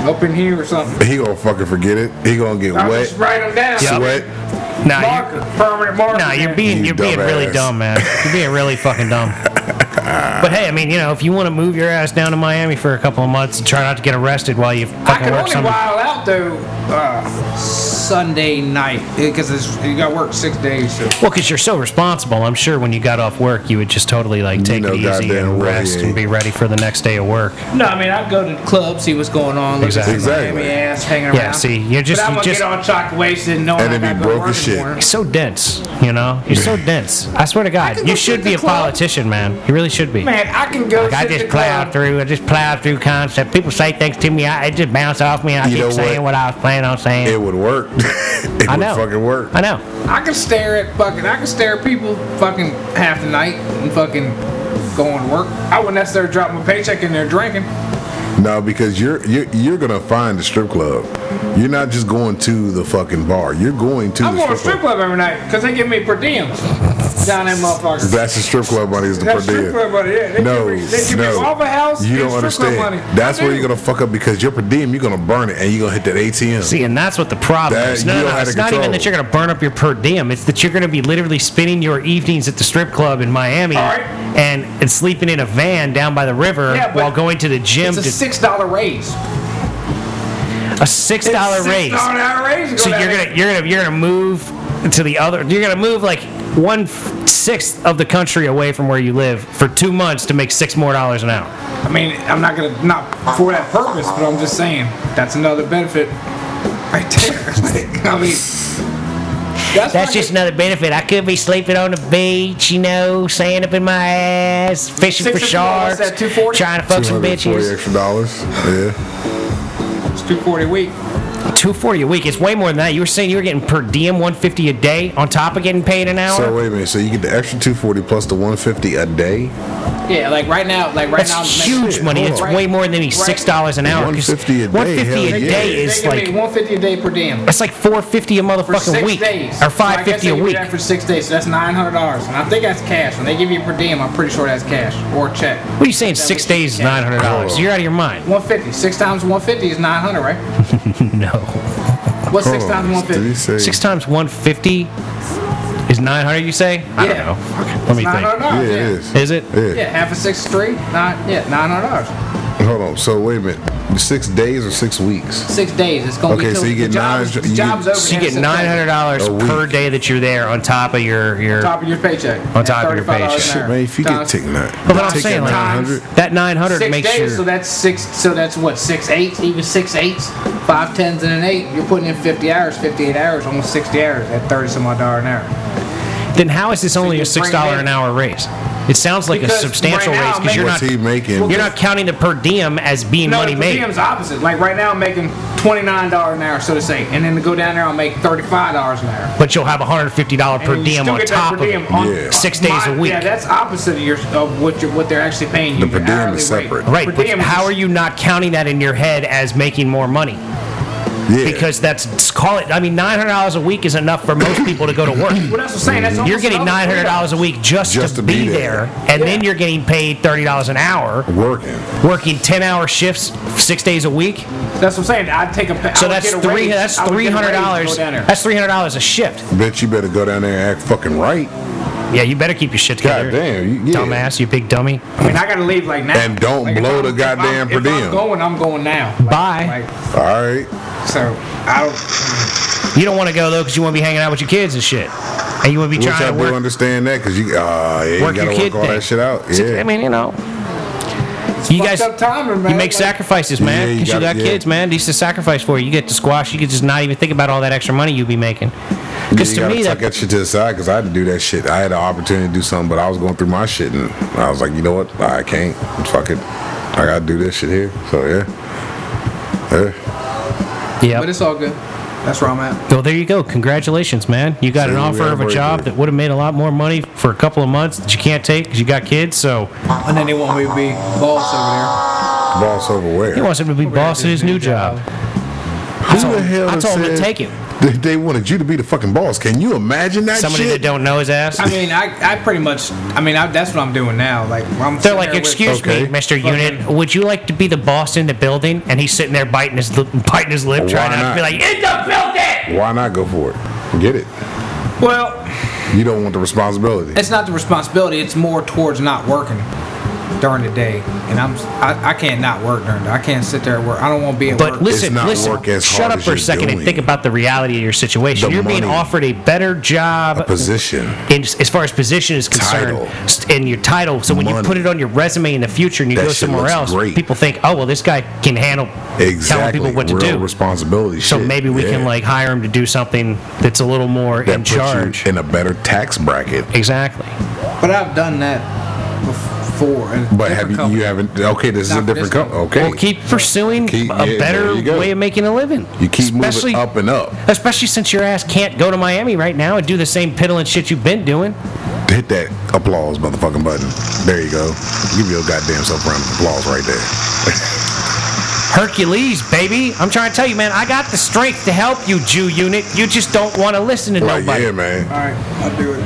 S3: up in here or something.
S2: He gonna fucking forget it. He gonna get
S3: I'll
S2: wet,
S3: just write them down.
S1: Yep.
S2: sweat.
S1: Nah,
S3: Marker,
S1: you're,
S3: permanent marker.
S1: nah, you're
S3: man.
S1: being
S2: You
S1: you're being really
S2: dumbass.
S1: dumb, man. You're being really fucking dumb. But hey, I mean, you know, if you want to move your ass down to Miami for a couple of months and try not to get arrested while you
S3: I
S1: fucking
S3: can
S1: work
S3: only
S1: something,
S3: wild out though uh, Sunday night because it's you got to work six days. So.
S1: well, because you're so responsible, I'm sure when you got off work, you would just totally like take
S2: know
S1: it easy
S2: goddamn eh?
S1: and
S2: well,
S1: rest
S2: yeah.
S1: and be ready for the next day of work.
S3: No, I mean I go to the club, see what's going on, look
S1: Exactly.
S3: at some Miami
S2: Exactly.
S3: ass hanging around.
S1: Yeah, see, you're just-
S3: But I'm
S1: you
S3: gonna
S1: just-
S3: get on chalk wasted, knowing
S2: And
S3: I
S2: then
S3: gotta
S2: be
S3: go to
S2: broke
S3: work
S2: as
S3: in the
S2: shit.
S3: morning.
S1: You're so dense, you know. You're so dense. I swear to God,
S3: can
S1: you
S3: go
S1: should
S3: sit
S1: be
S3: at
S1: a
S3: the club.
S1: politician, man. You really should be.
S3: Man, I can go.
S1: Like I
S3: sit in
S1: just
S3: the club.
S1: plow through. I just plow through concept. People say things to me. I it just bounce off me. I
S2: You know
S1: keep
S2: what?
S1: saying what? I was planning on saying.
S2: It would work. it
S1: I
S2: would
S1: know.
S2: fucking work.
S1: I know.
S3: I can stare at fucking. I can stare at people fucking half the night and fucking going to work. I wouldn't necessarily drop my paycheck in there drinking.
S2: No, because you're you're you're gonna find the strip club. You're not just going to the fucking bar. You're going to
S3: I'm
S2: the
S3: going to
S2: strip,
S3: strip
S2: club.
S3: club every night because they give me per diems down that motherfucker.
S2: That's the strip club money. Is the
S3: That's
S2: per
S3: strip
S2: diem.
S3: club money, yeah. They
S2: no,
S3: give me- they give me
S2: no.
S3: Waffle House
S2: you
S3: and
S2: don't
S3: strip club
S2: understand.
S3: money.
S2: That's
S3: I
S2: where
S3: do.
S2: you're gonna fuck up because your per diem. You're gonna burn it and you're gonna hit that ATM.
S1: See, and that's what the problem
S2: That-
S1: is.
S2: you
S1: No,
S2: don't
S1: no, no.
S2: have the
S1: It's not even
S2: control.
S1: that you're going to burn up your per diem. It's that you're going to be literally spending your evenings at the strip club in Miami
S3: All right.
S1: and, and sleeping in a van down by the river
S3: Yeah, but
S1: while going to the gym
S3: It's
S1: to
S3: a six dollar raise.
S1: a six dollar raise.
S3: Dollar raise. to go
S1: So
S3: down
S1: you're
S3: there.
S1: gonna you're gonna you're gonna move to the other. You're gonna move like one sixth of the country away from where you live for two months to make six more dollars an hour.
S3: I mean, I'm not gonna not for that purpose, but I'm just saying that's another benefit right there. Like, I mean, That's
S1: That's
S3: why
S1: just
S3: you-
S1: another benefit. I could be sleeping on the beach, you know, sand up in my ass, fishing for
S3: 650, what's
S1: sharks,
S3: that, 240?
S1: trying to fuck some
S2: 240
S1: bitches.
S2: extra dollars. Yeah.
S3: It's 240 a week.
S1: Two forty a week. It's way more than that. You were saying you were getting per diem one fifty a day on top of getting paid an hour.
S2: So wait a minute. So you get the extra 240 plus the 150 a day.
S3: Yeah, like right now, like right
S1: That's
S3: now. next-
S1: huge money.
S2: hold
S1: It's
S2: on.
S1: way more than any six dollars an hour. 'cause
S2: $1.50 a day,
S1: 150
S2: hell
S1: a
S2: yeah.
S1: day
S3: They
S1: is
S3: give me
S1: like
S3: 150 a day per diem.
S1: that's like four fifty a
S3: For
S1: motherfucking
S3: six
S1: week,
S3: days.
S1: or
S3: So I
S1: five
S3: guess
S1: fifty
S3: they
S1: a
S3: give you
S1: week.
S3: that for six days, so that's nine hundred dollars, and I think that's cash. When they give you per diem, I'm pretty sure that's cash or a check.
S1: What are you saying? Six days is nine hundred dollars. You're out of your mind.
S3: 150. Six times 150 is 900, right?
S1: No,
S3: What's six
S2: Hold on.
S3: times
S2: Did he
S3: 150?
S2: say-
S1: six times one fifty is nine hundred. You say? I don't
S3: Yeah.
S1: know. Fuck it. Let me
S2: Yeah,
S3: $900.
S2: it
S3: Yeah,
S2: is.
S1: think. Is it?
S2: Yeah.
S3: yeah, half a six is three. Nine, yeah, 900 dollars.
S2: Hold on. So wait a minute. Six days or six weeks?
S3: Six days. It's gonna
S2: Okay,
S3: be
S2: so
S3: till
S2: you get
S3: the job's,
S2: nine-
S3: the
S2: you-
S3: job's over.
S1: So you
S3: here in
S1: get nine hundred
S3: September.
S1: dollars
S2: A week.
S1: per day that you're there on top of your your.
S3: Top of your paycheck.
S1: On top of your
S3: $35 an
S1: paycheck.
S3: hour.
S2: Man, if you get
S3: Times
S2: tick nut,
S1: but what I'm
S2: take
S1: saying,
S2: that
S1: like,
S2: 900.
S1: that nine hundred
S3: Six
S1: makes
S3: days,
S1: your
S3: so that's six. So that's what six eights, even six eights, five tens and an eight. You're putting in 50 hours, 58 hours, almost 60 hours at 30 some odd dollar an hour.
S1: then how is this only
S3: you
S1: a
S3: bring
S1: six dollar
S3: it-
S1: an hour raise? It sounds like a
S3: Because
S1: substantial
S3: right now,
S1: raise because you're
S2: What's
S1: not
S2: he making?
S1: you're not counting the per diem as being
S3: No,
S1: money
S3: the
S1: made.
S3: DM's opposite. Like right now, I'm making 29 dollars an hour, so to say, and then to go down there, I'll make 35 dollars an hour.
S1: but you'll have $150
S3: And
S1: per
S3: you
S1: diem
S3: still
S1: on
S3: get that
S1: top
S3: per
S1: of
S3: diem
S1: it.
S3: on-
S2: Yeah.
S1: Six days a
S3: my-
S1: week.
S3: Yeah, that's opposite of your of what you what they're actually paying you.
S2: The per
S3: your
S2: diem
S3: hourly
S2: is
S3: rate.
S2: separate.
S1: Right,
S3: Per
S1: but
S3: diem is
S1: how
S3: just-
S1: are you not counting that in your head as making more money?
S2: Yeah.
S1: Because that's call it. I mean, nine hundred dollars a week is enough for most people to go to
S3: Well,
S1: work.
S3: that's what I'm saying. That's
S1: You're
S3: almost
S1: getting
S3: double
S1: nine hundred dollars a week just, to, be there, and then
S3: Yeah.
S1: you're getting paid thirty dollars an hour,
S2: working.
S1: working ten-hour shifts, six days a week.
S3: That's what I'm saying. I'd take a. pay- I
S1: So
S3: would
S1: that's
S3: get a
S1: three.
S3: raise.
S1: That's
S3: I would
S1: three
S3: get a raise
S1: hundred
S3: to go
S1: dollars.
S3: down there.
S1: That's three hundred dollars a shift.
S2: Bitch, you better go down there and act fucking right.
S1: Yeah, you better keep your shit together.
S2: God damn, you- yeah.
S1: dumbass, you big dummy.
S3: I mean, I gotta leave like now.
S2: And don't
S3: Like, if
S2: blow
S3: I'm-
S2: the
S3: if
S2: goddamn
S3: I'm-
S2: per
S3: If
S2: diem.
S3: I'm going, I'm going now. Like-
S1: Bye.
S3: like,
S2: All right.
S3: so I don't.
S1: You don't want to go though because you want to be hanging out with your kids and shit, and you want to be
S2: Which
S1: trying
S2: I
S1: to
S2: do
S1: work,
S2: understand that because you, uh, yeah,
S1: work
S2: you
S1: your
S2: gotta
S1: kid
S2: work all
S1: thing.
S2: that shit out.
S1: It's-
S2: Yeah.
S1: I mean, you know, you guys,
S3: fucked up timing, man.
S1: you make
S3: Like-
S1: sacrifices, man,
S2: Yeah, you
S1: because you,
S2: gotta-
S1: got
S2: yeah.
S1: kids, man. These are sacrifice for you. You get to squash. You can just not even think about all that extra money you be making.
S2: Yeah,
S1: Because
S2: you gotta
S1: to me,
S2: tuck
S1: that
S2: that shit to the side because I had to do that shit. I had an opportunity to do something, but I was going through my shit and I was like, you know what? I can't. Fuck it. I gotta do this shit here. So yeah. Yeah.
S3: But
S1: yeah.
S3: it's all good. That's where I'm at.
S1: Well, there you go. Congratulations, man. You got
S2: See,
S1: an
S2: we
S1: offer
S2: gotta
S1: of a
S2: work
S1: job
S2: here.
S1: that would have made a lot more money for a couple of months that you can't take because you got kids. So
S3: And then they want me to be boss over
S2: Boss over where?
S1: he wants him to be
S3: there.
S1: boss at his new job.
S2: Who the hell
S1: I
S2: has
S1: told him to
S2: said
S1: take it.
S2: that They wanted you to be the fucking boss. Can you imagine that
S1: Somebody
S2: shit?
S1: that don't know his ass.
S3: I mean, I, I pretty much. I mean, I, that's what I'm doing now. Like I'm.
S1: They're
S3: sitting
S1: like,
S3: there with-
S1: "Excuse me,
S2: Okay.
S1: Mister Unit, would you like to be the boss in the building?" And he's sitting there biting his lip, biting his lip,
S2: Why
S1: trying not to
S2: not?
S1: be like, "In the building."
S2: Why not go for it? Get it.
S3: Well,
S2: You don't want the responsibility.
S3: it's not the responsibility. It's more towards not working during the day. And I'm. I, I can't not work during. The, I can't sit there at work. I don't want to be at
S1: But
S3: work.
S1: listen,
S2: not
S1: listen,
S2: work as
S1: shut
S2: hard
S1: up
S2: as
S1: for a
S2: you're
S1: second and
S2: doing.
S1: think about the reality of your situation.
S2: The
S1: you're being
S2: money.
S1: offered a better job.
S2: A position.
S1: in, as far as position is concerned,
S2: Title.
S1: st- and your title, so when you
S2: Money.
S1: put it on your resume in the future and you
S2: That
S1: go
S2: shit
S1: somewhere
S2: looks
S1: else,
S2: great.
S1: people think, "Oh, well, this guy can handle telling
S2: Exactly.
S1: people what to do."
S2: Real responsibility
S1: so
S2: shit.
S1: maybe we
S2: Yeah.
S1: can like hire him to do something that's a little more
S2: that
S1: in
S2: puts you
S1: charge.
S2: in a better tax bracket.
S1: exactly.
S3: But I've done that before. in a
S2: But have
S3: different
S2: you,
S3: company.
S2: you haven't? Okay, this
S3: Not
S2: is a
S3: for
S2: different
S3: this one.
S2: company. Okay,
S1: Well, keep pursuing
S2: Keep- yeah,
S1: a
S2: there
S1: better
S2: you go.
S1: way of making a living.
S2: you keep
S1: especially,
S2: moving up and up.
S1: Especially since your ass can't go to Miami right now and do the same piddling shit you've been doing.
S2: Hit that applause motherfucking button. There you go. Give your goddamn self a round of applause right there.
S1: Hercules, baby. I'm trying to tell you, man, I got the strength to help you, Jew unit. You just don't want to listen to
S2: like
S1: nobody.
S2: yeah, man.
S3: All right, I'll do it.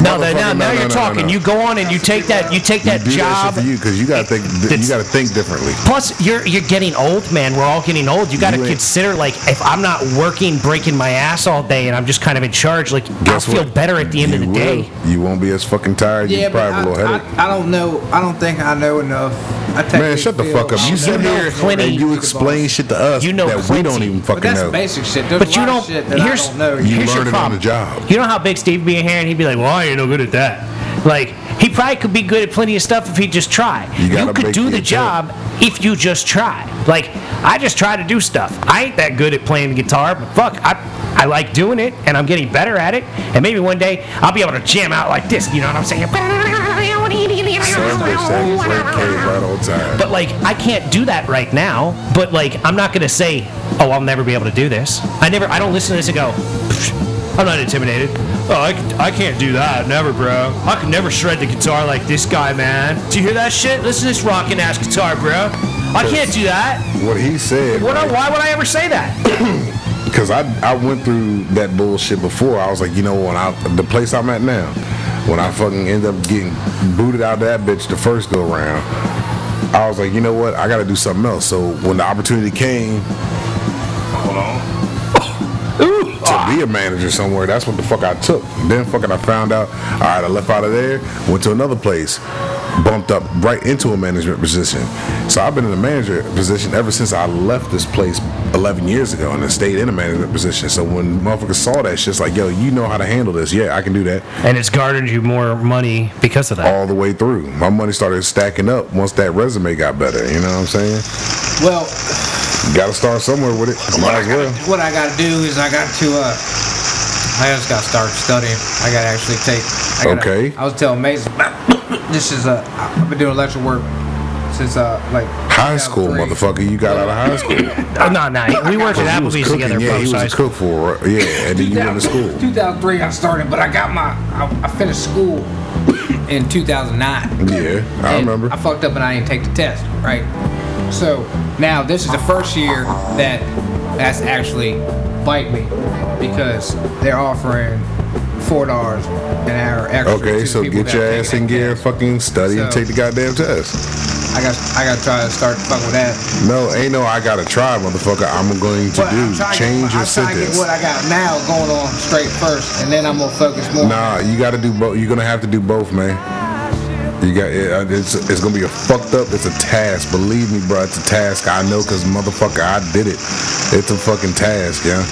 S1: no, no, no, now
S2: Motherfucker, no,
S1: you're
S2: no, no,
S1: talking.
S2: no.
S1: You go on and you take that you take that
S2: you do
S1: job.
S2: that shit for you because you gotta think.
S1: That's-
S2: You gotta think differently.
S1: Plus, you're you're getting old, man. We're all getting old. You got to
S2: You ain't-
S1: consider, like, if I'm not working, breaking my ass all day, and I'm just kind of in charge, like, I'll
S2: Guess
S1: feel
S2: what?
S1: better at the end of
S2: You
S1: the
S2: will.
S1: day.
S2: You won't be as fucking tired.
S3: Yeah,
S2: you
S3: but
S2: probably have a little
S3: I,
S2: headache.
S3: I, I don't know. I don't think I know enough. I
S2: Man,
S3: technically
S2: shut the
S3: feel
S2: fuck
S3: I
S2: up. You
S3: don't
S2: sit
S1: know
S2: here
S1: plenty.
S2: and you explain shit to us
S1: You know
S2: that we
S1: plenty.
S2: don't even
S3: But
S2: fucking
S3: that's
S2: know.
S3: basic shit. There's
S1: But
S3: a
S1: you
S3: lot
S1: don't.
S3: of shit that I
S1: here's
S3: don't know.
S2: You
S1: here's your
S2: learn it on
S1: problem.
S2: the job.
S1: You know how big Steve being here, and he'd be like, "Well, I ain't no good at that." Like he probably could be good at plenty of stuff if he just try.
S2: You
S1: You,
S2: gotta
S1: could
S2: make
S1: do
S2: the
S1: the
S2: attempt.
S1: job if you just try. Like I just try to do stuff. I ain't that good at playing the guitar, but fuck, I I like doing it and I'm getting better at it. And maybe one day I'll be able to jam out like this. You know what I'm saying?
S2: Sam bitch sang his leg came right on time.
S1: But like, I can't do that right now. But like, I'm not gonna say, oh, I'll never be able to do this. I never, I don't listen to this and go, "Pfft, I'm not intimidated. Oh, I, c- I can't do that, never, bro. I could never shred the guitar like this guy, man. Do you hear that shit? Listen to this rockin' ass guitar, bro. I can't do that.
S2: what he said,
S1: What,
S2: right,
S1: why would I ever say that?
S2: Because I, I went through that bullshit before. I was like, you know what? I, the place I'm at now, when I fucking end up getting booted out of that bitch the first go round, I was like, you know what? I got to do something else. So when the opportunity came, hold on. To be a manager somewhere, that's what the fuck I took. Then fucking I found out, all right, I left out of there, went to another place, bumped up right into a management position. So I've been in a manager position ever since I left this place 11 years ago and then stayed in a management position. So when motherfuckers saw that shit, it's like, yo, you know how to handle this. Yeah, I can do that
S1: And it's garnered you more money because of that.
S2: all the way through. My money started stacking up once that resume got better. You know what I'm saying?
S3: Well,
S2: Gotta start somewhere with it. Might as well.
S3: what I got to do is I got to. uh I just got to start studying. I got to actually take. I gotta,
S2: Okay.
S3: I was telling Mason, this is uh, I've been doing electrical work since uh like
S2: High school,
S3: 2003.
S2: motherfucker. You got out of high school.
S1: Oh, no, no, we worked at
S2: He was
S1: Applebee's
S2: cooking,
S1: together.
S2: Yeah,
S1: both
S2: he was a
S1: sides.
S2: cook for her. Yeah, and then you went to school.
S3: 2003 I started, but I got my I, I finished school in 2009.
S2: Yeah, I
S3: And
S2: remember.
S3: I fucked up and I didn't take the test, right? So now this is the first year that that's actually bite me because they're offering four dollars an hour extra. to
S2: Okay, so
S3: people
S2: get
S3: that
S2: your
S3: take
S2: ass in
S3: that
S2: gear,
S3: test.
S2: fucking study, and
S3: So-
S2: take the goddamn test.
S3: I got I got to try to start fucking with that.
S2: No, ain't no I gotta try, motherfucker. I'm going to
S3: But I'm
S2: do.
S3: trying to get-
S2: Change your
S3: I'm trying to get
S2: sentence.
S3: what I got now going on straight first, and then I'm gonna focus more.
S2: Nah, you gotta do both. You're gonna have to do both, man. You got yeah, it's it's gonna be a fucked up. It's a task. Believe me, bro. It's a task. I know, cause motherfucker, I did it. It's a fucking task, yeah.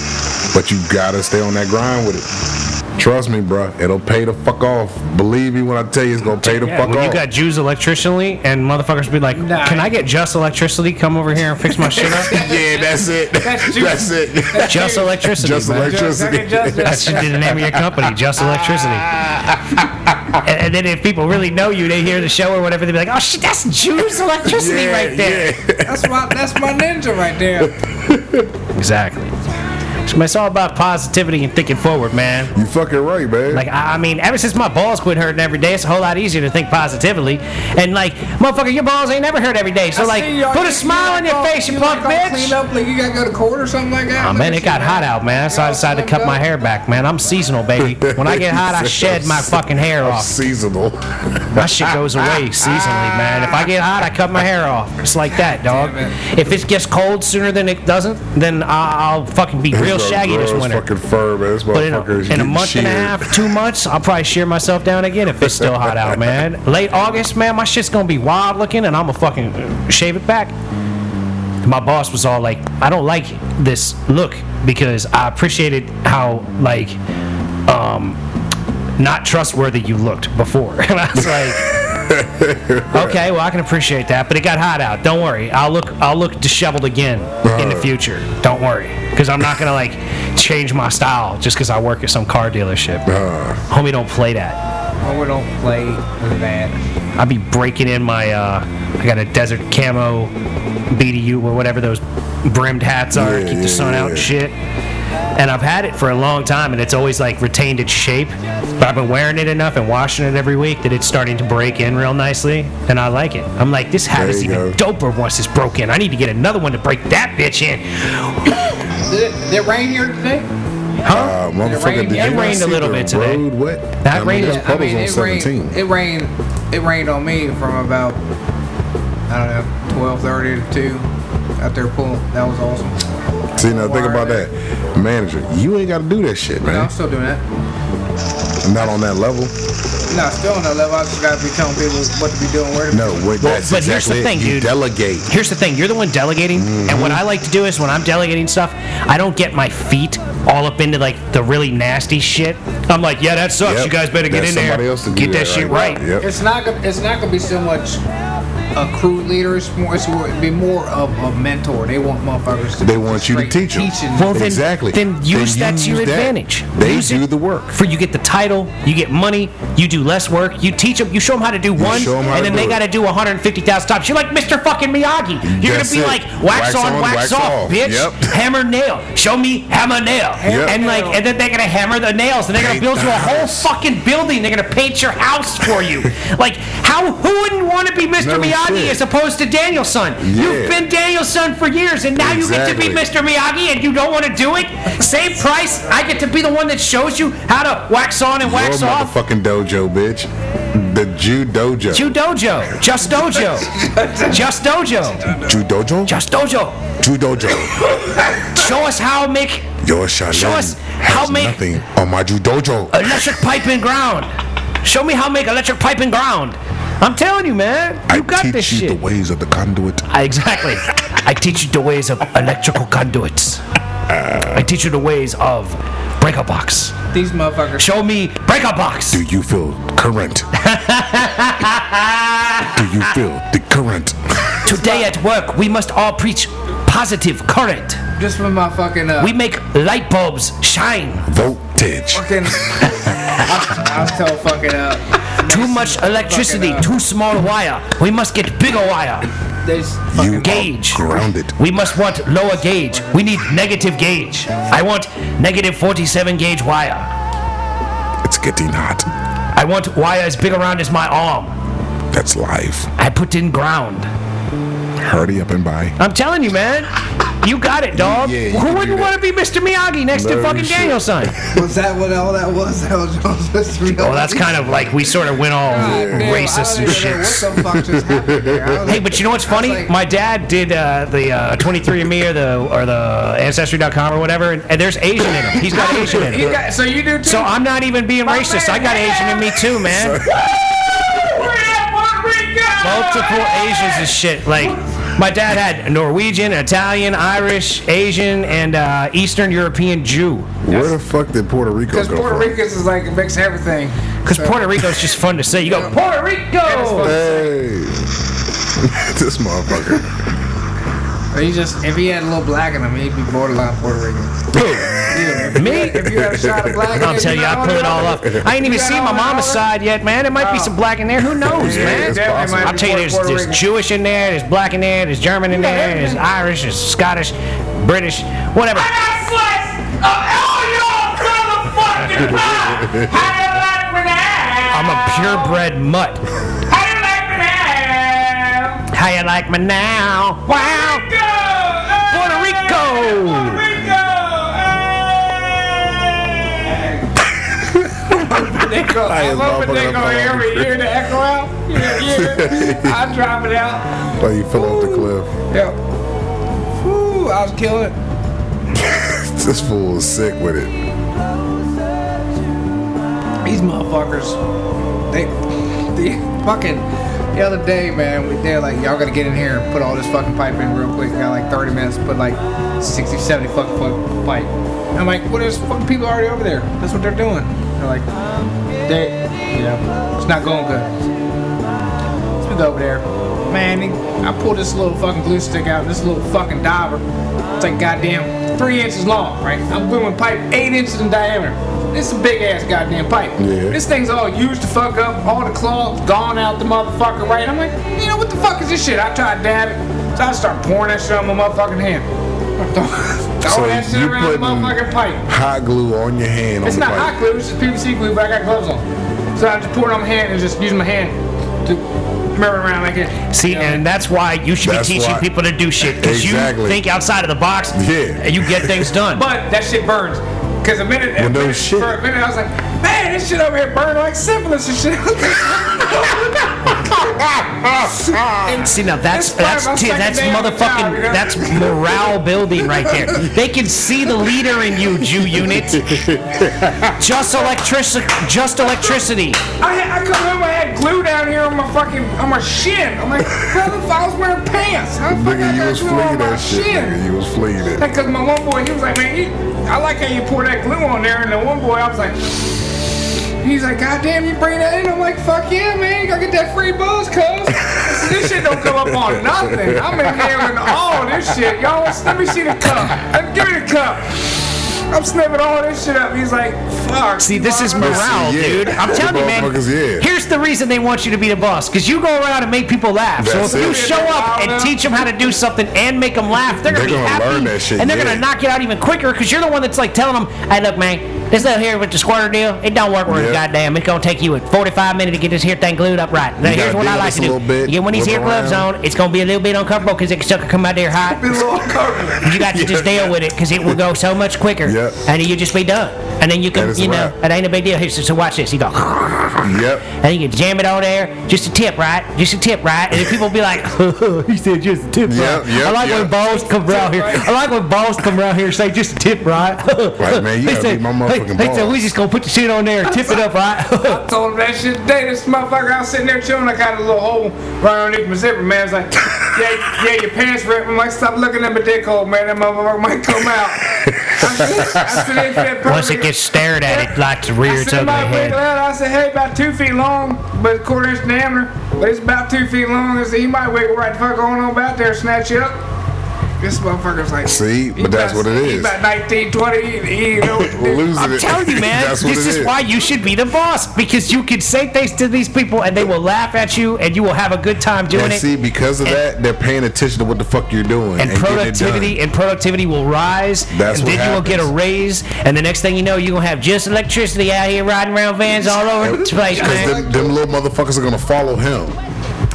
S2: But you gotta stay on that grind with it. Trust me, bro. It'll pay the fuck off. Believe me when I tell you, it's gonna pay the
S1: Yeah,
S2: fuck
S1: when
S2: off.
S1: you got Jews electricity and motherfuckers be like,
S3: Nah.
S1: "Can I get just electricity? Come over here and fix my shit up."
S2: yeah, that's it.
S3: That's you.
S2: That's it.
S1: just electricity.
S2: Just
S1: man.
S2: electricity.
S1: That should be the name of your company, Just Electricity. and,
S2: Ah.
S1: and then if people really know you, they hear the show or whatever, they be like, "Oh shit, that's Jews electricity
S2: Yeah,
S1: right there."
S2: yeah.
S3: That's my that's my ninja right there.
S1: Exactly. So It's all about positivity and thinking forward, man.
S2: You fucking right, man.
S1: Like I, I mean, ever since my balls quit hurting every day, it's a whole lot easier to think positively. And like, motherfucker, your balls ain't never hurt every day. So
S3: I
S1: like,
S3: see y'all-
S1: put
S3: you-
S1: a smile on your
S3: like all-
S1: face, you
S3: like
S1: punk
S3: all
S1: bitch.
S3: Cleaned up, like you gotta go to court or something like that.
S1: Oh,
S3: Look
S1: man,
S3: at
S1: it
S3: you,
S1: got hot out, man, so I decided to cut my hair back, man. I'm seasonal, baby. When I get hot, I shed my fucking hair off.
S2: Seasonal.
S1: My shit goes away seasonally, man. If I get hot, I cut my hair off. It's like that, dog.
S3: Damn
S1: If it gets cold sooner than it doesn't, then I- I'll fucking be real
S2: This
S1: shaggy this
S2: girl's
S1: winter.
S2: Fucking fur, man. This
S1: But in a,
S2: motherfucker is
S1: in a
S2: getting
S1: month and a
S2: sheared.
S1: half, two months, I'll probably shear myself down again if it's still hot out, man. Late August, man, my shit's gonna be wild looking, and I'm gonna fucking shave it back. My boss was all like, "I don't like this look because I appreciated how like um, not trustworthy you looked before," and I was like. okay, well I can appreciate that, but it got hot out. Don't worry, I'll look I'll look disheveled again in the future. Don't worry, because I'm not gonna like change my style just because I work at some car dealership.
S2: Uh,
S1: Homie, don't play that.
S3: Oh, we don't play with that.
S1: i will be breaking in my, uh, I got a desert camo BDU or whatever those brimmed hats are, to
S2: Yeah,
S1: keep
S2: yeah,
S1: the sun out
S2: yeah.
S1: and shit. And I've had it for a long time and it's always like retained its shape. But I've been wearing it enough and washing it every week that it's starting to break in real nicely. And I like it. I'm like, this hat
S2: There
S1: is
S2: you
S1: even
S2: go.
S1: doper once it's broke in. I need to get another one to break that bitch in.
S3: Did it, did it rain here today?
S2: uh, motherfucker,
S3: rained-
S2: did you
S3: it
S2: not
S1: rained a
S2: see
S1: little
S2: the
S1: bit today.
S2: Road wet?
S1: That
S2: I mean,
S1: rained
S2: there's
S1: a- I
S2: puddles on
S3: it rained.
S2: 17.
S3: It rained. It rained on me from about I don't know, twelve thirty to two out there pulling. That was awesome.
S2: See, now think
S3: Water
S2: about
S3: there.
S2: that. Manager, you ain't got to do that shit,
S3: No, I'm
S2: man.
S3: still doing that.
S2: Not on that level.
S3: No, still on that level. I just gotta be telling people what to be doing, where to be
S2: No, wait, that's
S1: but here's the
S2: exactly it.
S1: thing,
S2: you
S1: dude.
S2: delegate.
S1: Here's the thing, you're the one delegating, and what I like to do is when I'm delegating stuff, I don't get my feet all up into like the really nasty shit. I'm like, yeah, that sucks.
S2: Yep.
S1: You guys better get
S2: That's
S1: in there,
S2: somebody else to do
S1: get that,
S2: that,
S1: shit
S2: right?
S1: right.
S2: Yep.
S3: It's not. gonna- It's not gonna be so much a crew leader. It's more. It's more, it'd be more of a mentor. They want motherfuckers. To
S2: They
S3: be
S2: want you to
S3: straight
S2: teach them.
S3: Teaching.
S1: Well, then-
S2: exactly.
S1: then use that to your
S2: that.
S1: advantage.
S2: They
S1: Use
S2: do
S1: it-
S2: the work.
S1: For you get the title, you get money, you do less work, you teach them, you show them how to do one,
S2: show 'em how
S1: and
S2: to
S1: then
S2: do
S1: they
S2: it.
S1: got to do 150,000 times. You're like Mr. fucking Miyagi. You're
S2: That's
S1: gonna be
S2: it.
S1: like wax,
S2: Wax
S1: on,
S2: on,
S1: wax,
S2: wax
S1: off,
S2: off.
S1: bitch.
S2: Yep.
S1: Hammer nail. Show me hammer nail.
S2: Yep.
S1: And like, and then they're gonna hammer the nails, and they're gonna
S2: Paint
S1: build
S2: the
S1: you a whole
S2: house.
S1: fucking building. They're gonna paint your house for you. like, how? Who wouldn't want to be Mr.
S2: No
S1: Miyagi
S2: shit.
S1: as opposed to Danielson? You've
S2: Yeah.
S1: been Danielson for years, and now you get to be
S2: Exactly.
S1: Mr. Miyagi and you don't want to do it, same price. I get to be the one that shows you how to wax on and wax
S2: Your
S1: off.
S2: motherfucking dojo, bitch. The Jew dojo.
S1: Ju Dojo, Just Dojo, Just Dojo,
S2: Jew dojo.
S1: Just Dojo.
S2: Jew dojo.
S1: Show us how make
S2: Your shalom
S1: Show us
S2: has
S1: how many-
S2: nothing on my Jew dojo.
S1: electric pipe and ground. Show me how make electric pipe and ground. I'm telling you, man, you
S2: I
S1: got
S2: teach
S1: this
S2: you
S1: shit.
S2: the ways of the conduit.
S1: I- exactly. I teach you the ways of electrical conduits. I teach you the ways of breaker box.
S3: These motherfuckers.
S1: Show me breaker box.
S2: Do you feel current? Do you feel the current?
S1: Today at work, we must all preach positive current.
S3: Just for my fucking. Uh,
S1: We make light bulbs shine.
S2: Voltage.
S3: fucking. I'll, I'll tell fucking uh.
S1: Too much electricity,
S3: fucking, uh,
S1: too small wire. We must get bigger wire.
S3: There's
S2: You
S3: fucking.
S1: Gauge.
S2: are Oh, grounded.
S1: We must want lower gauge. We need negative gauge. I want negative 47 gauge wire.
S2: It's getting hot.
S1: I want wire as big around as my arm.
S2: That's life.
S1: I put in ground.
S2: Hurry up and buy.
S1: I'm telling you, man. You got it, dog.
S2: Yeah, you can
S1: Who
S2: do
S1: wouldn't
S2: that.
S1: want to be Mr. Miyagi next to
S2: No
S1: fucking
S2: shit.
S1: Daniel's son?
S3: Was that what all that was? That was supposed to be.
S1: Oh, that's kind of like we sort of went all racist and shit.
S3: What the fuck just happened there? I was
S1: Hey,
S3: like-
S1: but you know what's funny?
S3: That's like-
S1: My dad did uh, the uh, 23andMe or the or the Ancestry.com or whatever, and, and there's Asian in him. He's got Asian in
S3: You
S1: him.
S3: got, so you do too.
S1: So I'm not even being racist. I got Asian in me too, man. Multiple Asians and shit. Like my dad had Norwegian, Italian, Irish, Asian, and uh, Eastern European Jew.
S2: Where the fuck did Puerto Rico
S3: Because
S2: go
S3: Puerto
S2: from?
S3: Ricans is like mix everything.
S1: Because Puerto Rico's just fun to say. You go Puerto Rico.
S2: Hey. this motherfucker.
S3: Or He just if he had a little black in him, he'd be borderline Puerto Rican. Yeah.
S1: Me?
S3: If you had a shot of black,
S1: I'll tell you, I put it all up. I ain't even seen my mama's side yet, man. It might be some black in there. Who knows,
S2: Yeah,
S1: man?
S2: it's possible.
S1: I'll tell you, there's, there's Jewish in there, there's black in there, there's German in there, there's Irish, there's Scottish, British, whatever.
S6: I got slice of all your motherfucking pie. How do you like me now?
S1: I'm a purebred mutt.
S6: How do you like me now?
S1: How you like me now? Wow!
S6: Go!
S1: Puerto Rico!
S6: Rico!
S2: I am
S5: Hoping they gonna hear me. You
S2: motherfucking
S5: hear the echo out? Yeah, yeah. I drop it out.
S2: Like you fell off the cliff.
S3: Yep. Woo, I was killing it.
S2: This fool is sick with it.
S3: These motherfuckers, they, they fucking. The other day, man, we, they're like, y'all gotta get in here and put all this fucking pipe in real quick. Got like 30 minutes, to put like 60, 70 fucking foot pipe. I'm like, well, there's fucking people already over there. That's what they're doing. They're like, they, you know, it's not going good. So we go over there. Man, he- I pull this little fucking glue stick out, this little fucking diver. It's like goddamn three inches long, right? I'm gluing pipe eight inches in diameter. It's a big ass goddamn pipe.
S2: Yeah.
S3: This thing's all used to fuck up, all the claws gone out the motherfucker, right? I'm like, you know, what the fuck is this shit? I try to dab it, so I start pouring that shit on my motherfucking hand. Throw
S2: So
S3: that shit
S2: you
S3: around the
S2: putting-
S3: motherfucking pipe.
S2: Hot glue on your hand on
S3: It's
S2: the
S3: not
S2: bike.
S3: hot glue, it's just PVC glue, but I got gloves on. So I just pour it on my hand and just use my hand to mirror around like it.
S1: See, and that's why you should
S2: That's
S1: be teaching
S2: why.
S1: people to do shit. Because you
S2: Exactly.
S1: think outside of the box
S2: Yeah.
S1: and you get things done.
S3: But that shit burns. Cause a minute, a
S2: Well, no
S3: minute-
S2: shit.
S3: for a minute I was like, man, this shit over here burned like syphilis and shit.
S1: See now, that's that's
S3: That's part of
S1: t-
S3: my
S1: that's
S3: second day on the job, you
S1: motherfucking
S3: know?
S1: that's morale building right there. They can see the leader in you, Jew unit. Just electricity, just electricity.
S3: I, had- I come home, I had glue down here on my fucking, on my shin. I'm like, brother, if I was wearing pants, how the fuck
S2: Nigga,
S3: I
S2: you
S3: got
S2: was
S3: glue on
S2: fleeing
S3: my
S2: that shit,
S3: shin?
S2: nigga. You was fleeing it.
S3: Because my one boy, he was like, man, you, I like how you pour that glue on there. And the one boy, I was like, he's like, God damn, you bring that in? I'm like, fuck yeah, man, you gotta get that free buzz, cuz. this shit don't come up on nothing. I'm inhaling all this shit. Y'all, let me see the cup. Let me, give me the cup. I'm sniffing all this shit up. He's like, fuck.
S1: See, this is morale,
S2: yeah.
S1: dude. I'm telling you, man.
S2: Motherfuckers, yeah.
S1: Here's the reason they want you to be the boss, because you go around and make people laugh.
S2: That's
S1: so if you
S2: it.
S1: show up and teach them how to do something and make them laugh, they're gonna
S2: They're
S1: be
S2: gonna
S1: happy,
S2: learn that shit,
S1: and they're
S2: yeah.
S1: gonna knock it out even quicker, because you're the one that's like telling them, "Hey, look, man, this little here with the squirter deal, it don't work worth
S2: Yeah.
S1: goddamn. It's gonna take you a 45 minutes to get this here thing glued up right. Now,
S2: You
S1: here's
S2: gotta
S1: what
S2: deal
S1: I
S2: with
S1: like
S2: this
S1: to
S2: a
S1: do.
S2: little bit,
S1: you get when these
S2: whip
S1: here gloves
S2: around.
S1: on, it's gonna be a little bit uncomfortable because it sucker come out there hot.
S3: Be a little uncomfortable.
S1: You got to just deal with it because it will go so much quicker,
S2: Yep.
S1: and you just be done. And then you
S2: That
S1: can,
S2: is
S1: you
S2: a
S1: know,
S2: wrap.
S1: it ain't a big deal. Here, so, so watch this. You go,
S2: Yep.
S1: and you can jam it on there, just a tip, right? Just a tip, right? And then people be like, he said just a tip,
S2: Yep,
S1: right?
S2: yep,
S1: I like when
S2: yep.
S1: balls come around here. I like when balls come around here and say just a tip, right?
S2: Like, man, you
S1: They
S2: gotta
S1: say-
S2: beat my
S1: they-
S2: motherfucking
S1: They said
S2: balls.
S1: we just gonna put the shit on there and tip it up, right?
S3: I told him that shit today. This motherfucker, I was sitting there chilling. I got a little hole right underneath my zipper, man. It's like, yeah, yeah, your pants ripped. I'm like, stop looking at my dick hole, man. That motherfucker might come out. I said, I said, it fit perfect.
S1: Once it gets stared at, it likes to rear
S3: I
S1: its ugly
S3: said, "Might wiggle
S1: head.
S3: out." I said, hey, about two feet long, but a quarter inch diameter. But it's about two feet long. I said, you might wiggle right the fuck on up out there, snatch you up. This motherfucker's like,
S2: See,
S3: he
S2: but that's
S3: about-
S2: what it
S3: He
S2: is.
S3: about 19, 20, he, he know what to do.
S2: Losing
S1: I'm
S2: it.
S1: telling you, man.
S2: That's what
S1: this
S2: it
S1: is
S2: is.
S1: why you should be the boss because you can say things to these people and they will laugh at you and you will have a good time doing
S2: And
S1: it.
S2: see, because of
S1: And-
S2: that, they're paying attention to what the fuck you're doing
S1: and
S2: getting it
S1: productivity
S2: done.
S1: and productivity will rise.
S2: That's
S1: and
S2: what
S1: then you will get a
S2: happens.
S1: raise, and the next thing you know, you're gonna have just electricity out here riding around vans all over the place,
S2: Because
S1: man.
S2: them, them little motherfuckers are gonna follow him.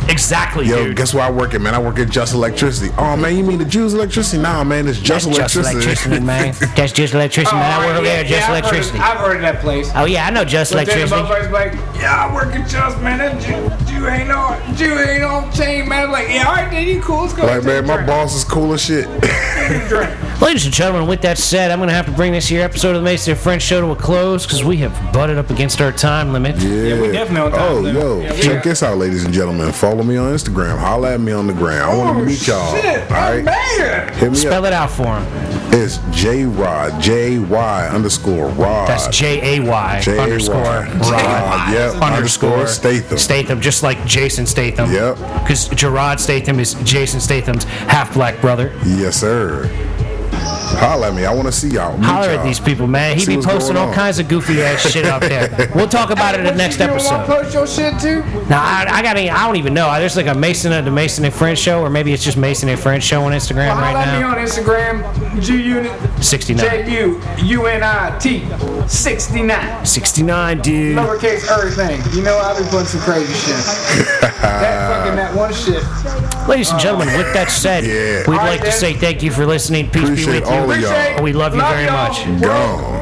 S1: Exactly,
S2: Yo,
S1: dude.
S2: guess where I work at, man? I work at Just Electricity. Oh man, you mean the Jews Electricity? Nah, man, it's Just
S1: That's just
S2: Electricity.
S1: electricity, man. That's just electricity, man. I work over there, just
S3: Oh, I've heard-
S1: electricity.
S3: I've heard of that place.
S1: Oh yeah, I know just
S3: But then the
S1: electricity.
S3: motherfucker's like, yeah, I work at Just, man. That Jew, Jew ain't on, Jew ain't on chain, man. I'm like, yeah, all right, then you cool. Let's go.
S2: like,
S3: take a
S2: man, my
S3: drink,
S2: boss is cool as shit.
S3: take a drink.
S1: Ladies and gentlemen, with that said, I'm gonna have to bring this here episode of the Mason and French Show to a close because we have butted up against our time limit.
S2: Yeah,
S3: we definitely on time
S2: Oh,
S3: limit.
S2: yo,
S3: Yeah, we
S2: check
S3: are.
S2: this out, ladies and gentlemen. Follow me on Instagram. Holla at me on the gram. I want to meet y'all.
S3: Oh, Shit,
S2: all
S3: I'm
S2: right,
S3: mad.
S2: hit me
S1: Spell
S2: up.
S1: it out for him.
S2: It's J Rod, J Y underscore Rod.
S1: That's J A Y
S2: Uh, J A Y.
S1: underscore Rod.
S2: Rod, Yep. Underscore Statham.
S1: Statham, just like Jason Statham.
S2: Yep.
S1: Because Gerard Statham is Jason Statham's half black brother.
S2: Yes, sir. Holla at me. I want to see y'all. Meet
S1: Holler
S2: y'all.
S1: at these people, man. He
S2: See
S1: be
S2: what's
S1: posting
S2: going
S1: all
S2: on.
S1: kinds of goofy ass shit out there. We'll talk about it in the
S3: What
S1: next
S3: you doing? Wanna
S1: episode.
S3: post your shit too?
S1: Now, I, I got I don't even know. There's like a Mason at the Mason and Friends show, or maybe it's just Mason and Friends show on Instagram right
S3: Holla at me
S1: now.
S3: on Instagram, G Unit,
S1: 69.
S3: J U U N I T, 69.
S1: 69, dude.
S3: Lowercase everything. You know, I'll be putting some crazy shit. that
S2: Uh,
S3: fucking, that one shit.
S1: Ladies and gentlemen, with that said,
S2: Yeah.
S1: we'd
S3: All right,
S1: like to
S3: then.
S1: say thank you for listening. Peace be
S2: Appreciate
S1: with you.
S2: all of y'all.
S1: We love you very
S3: y'all.
S1: much.
S2: Gone.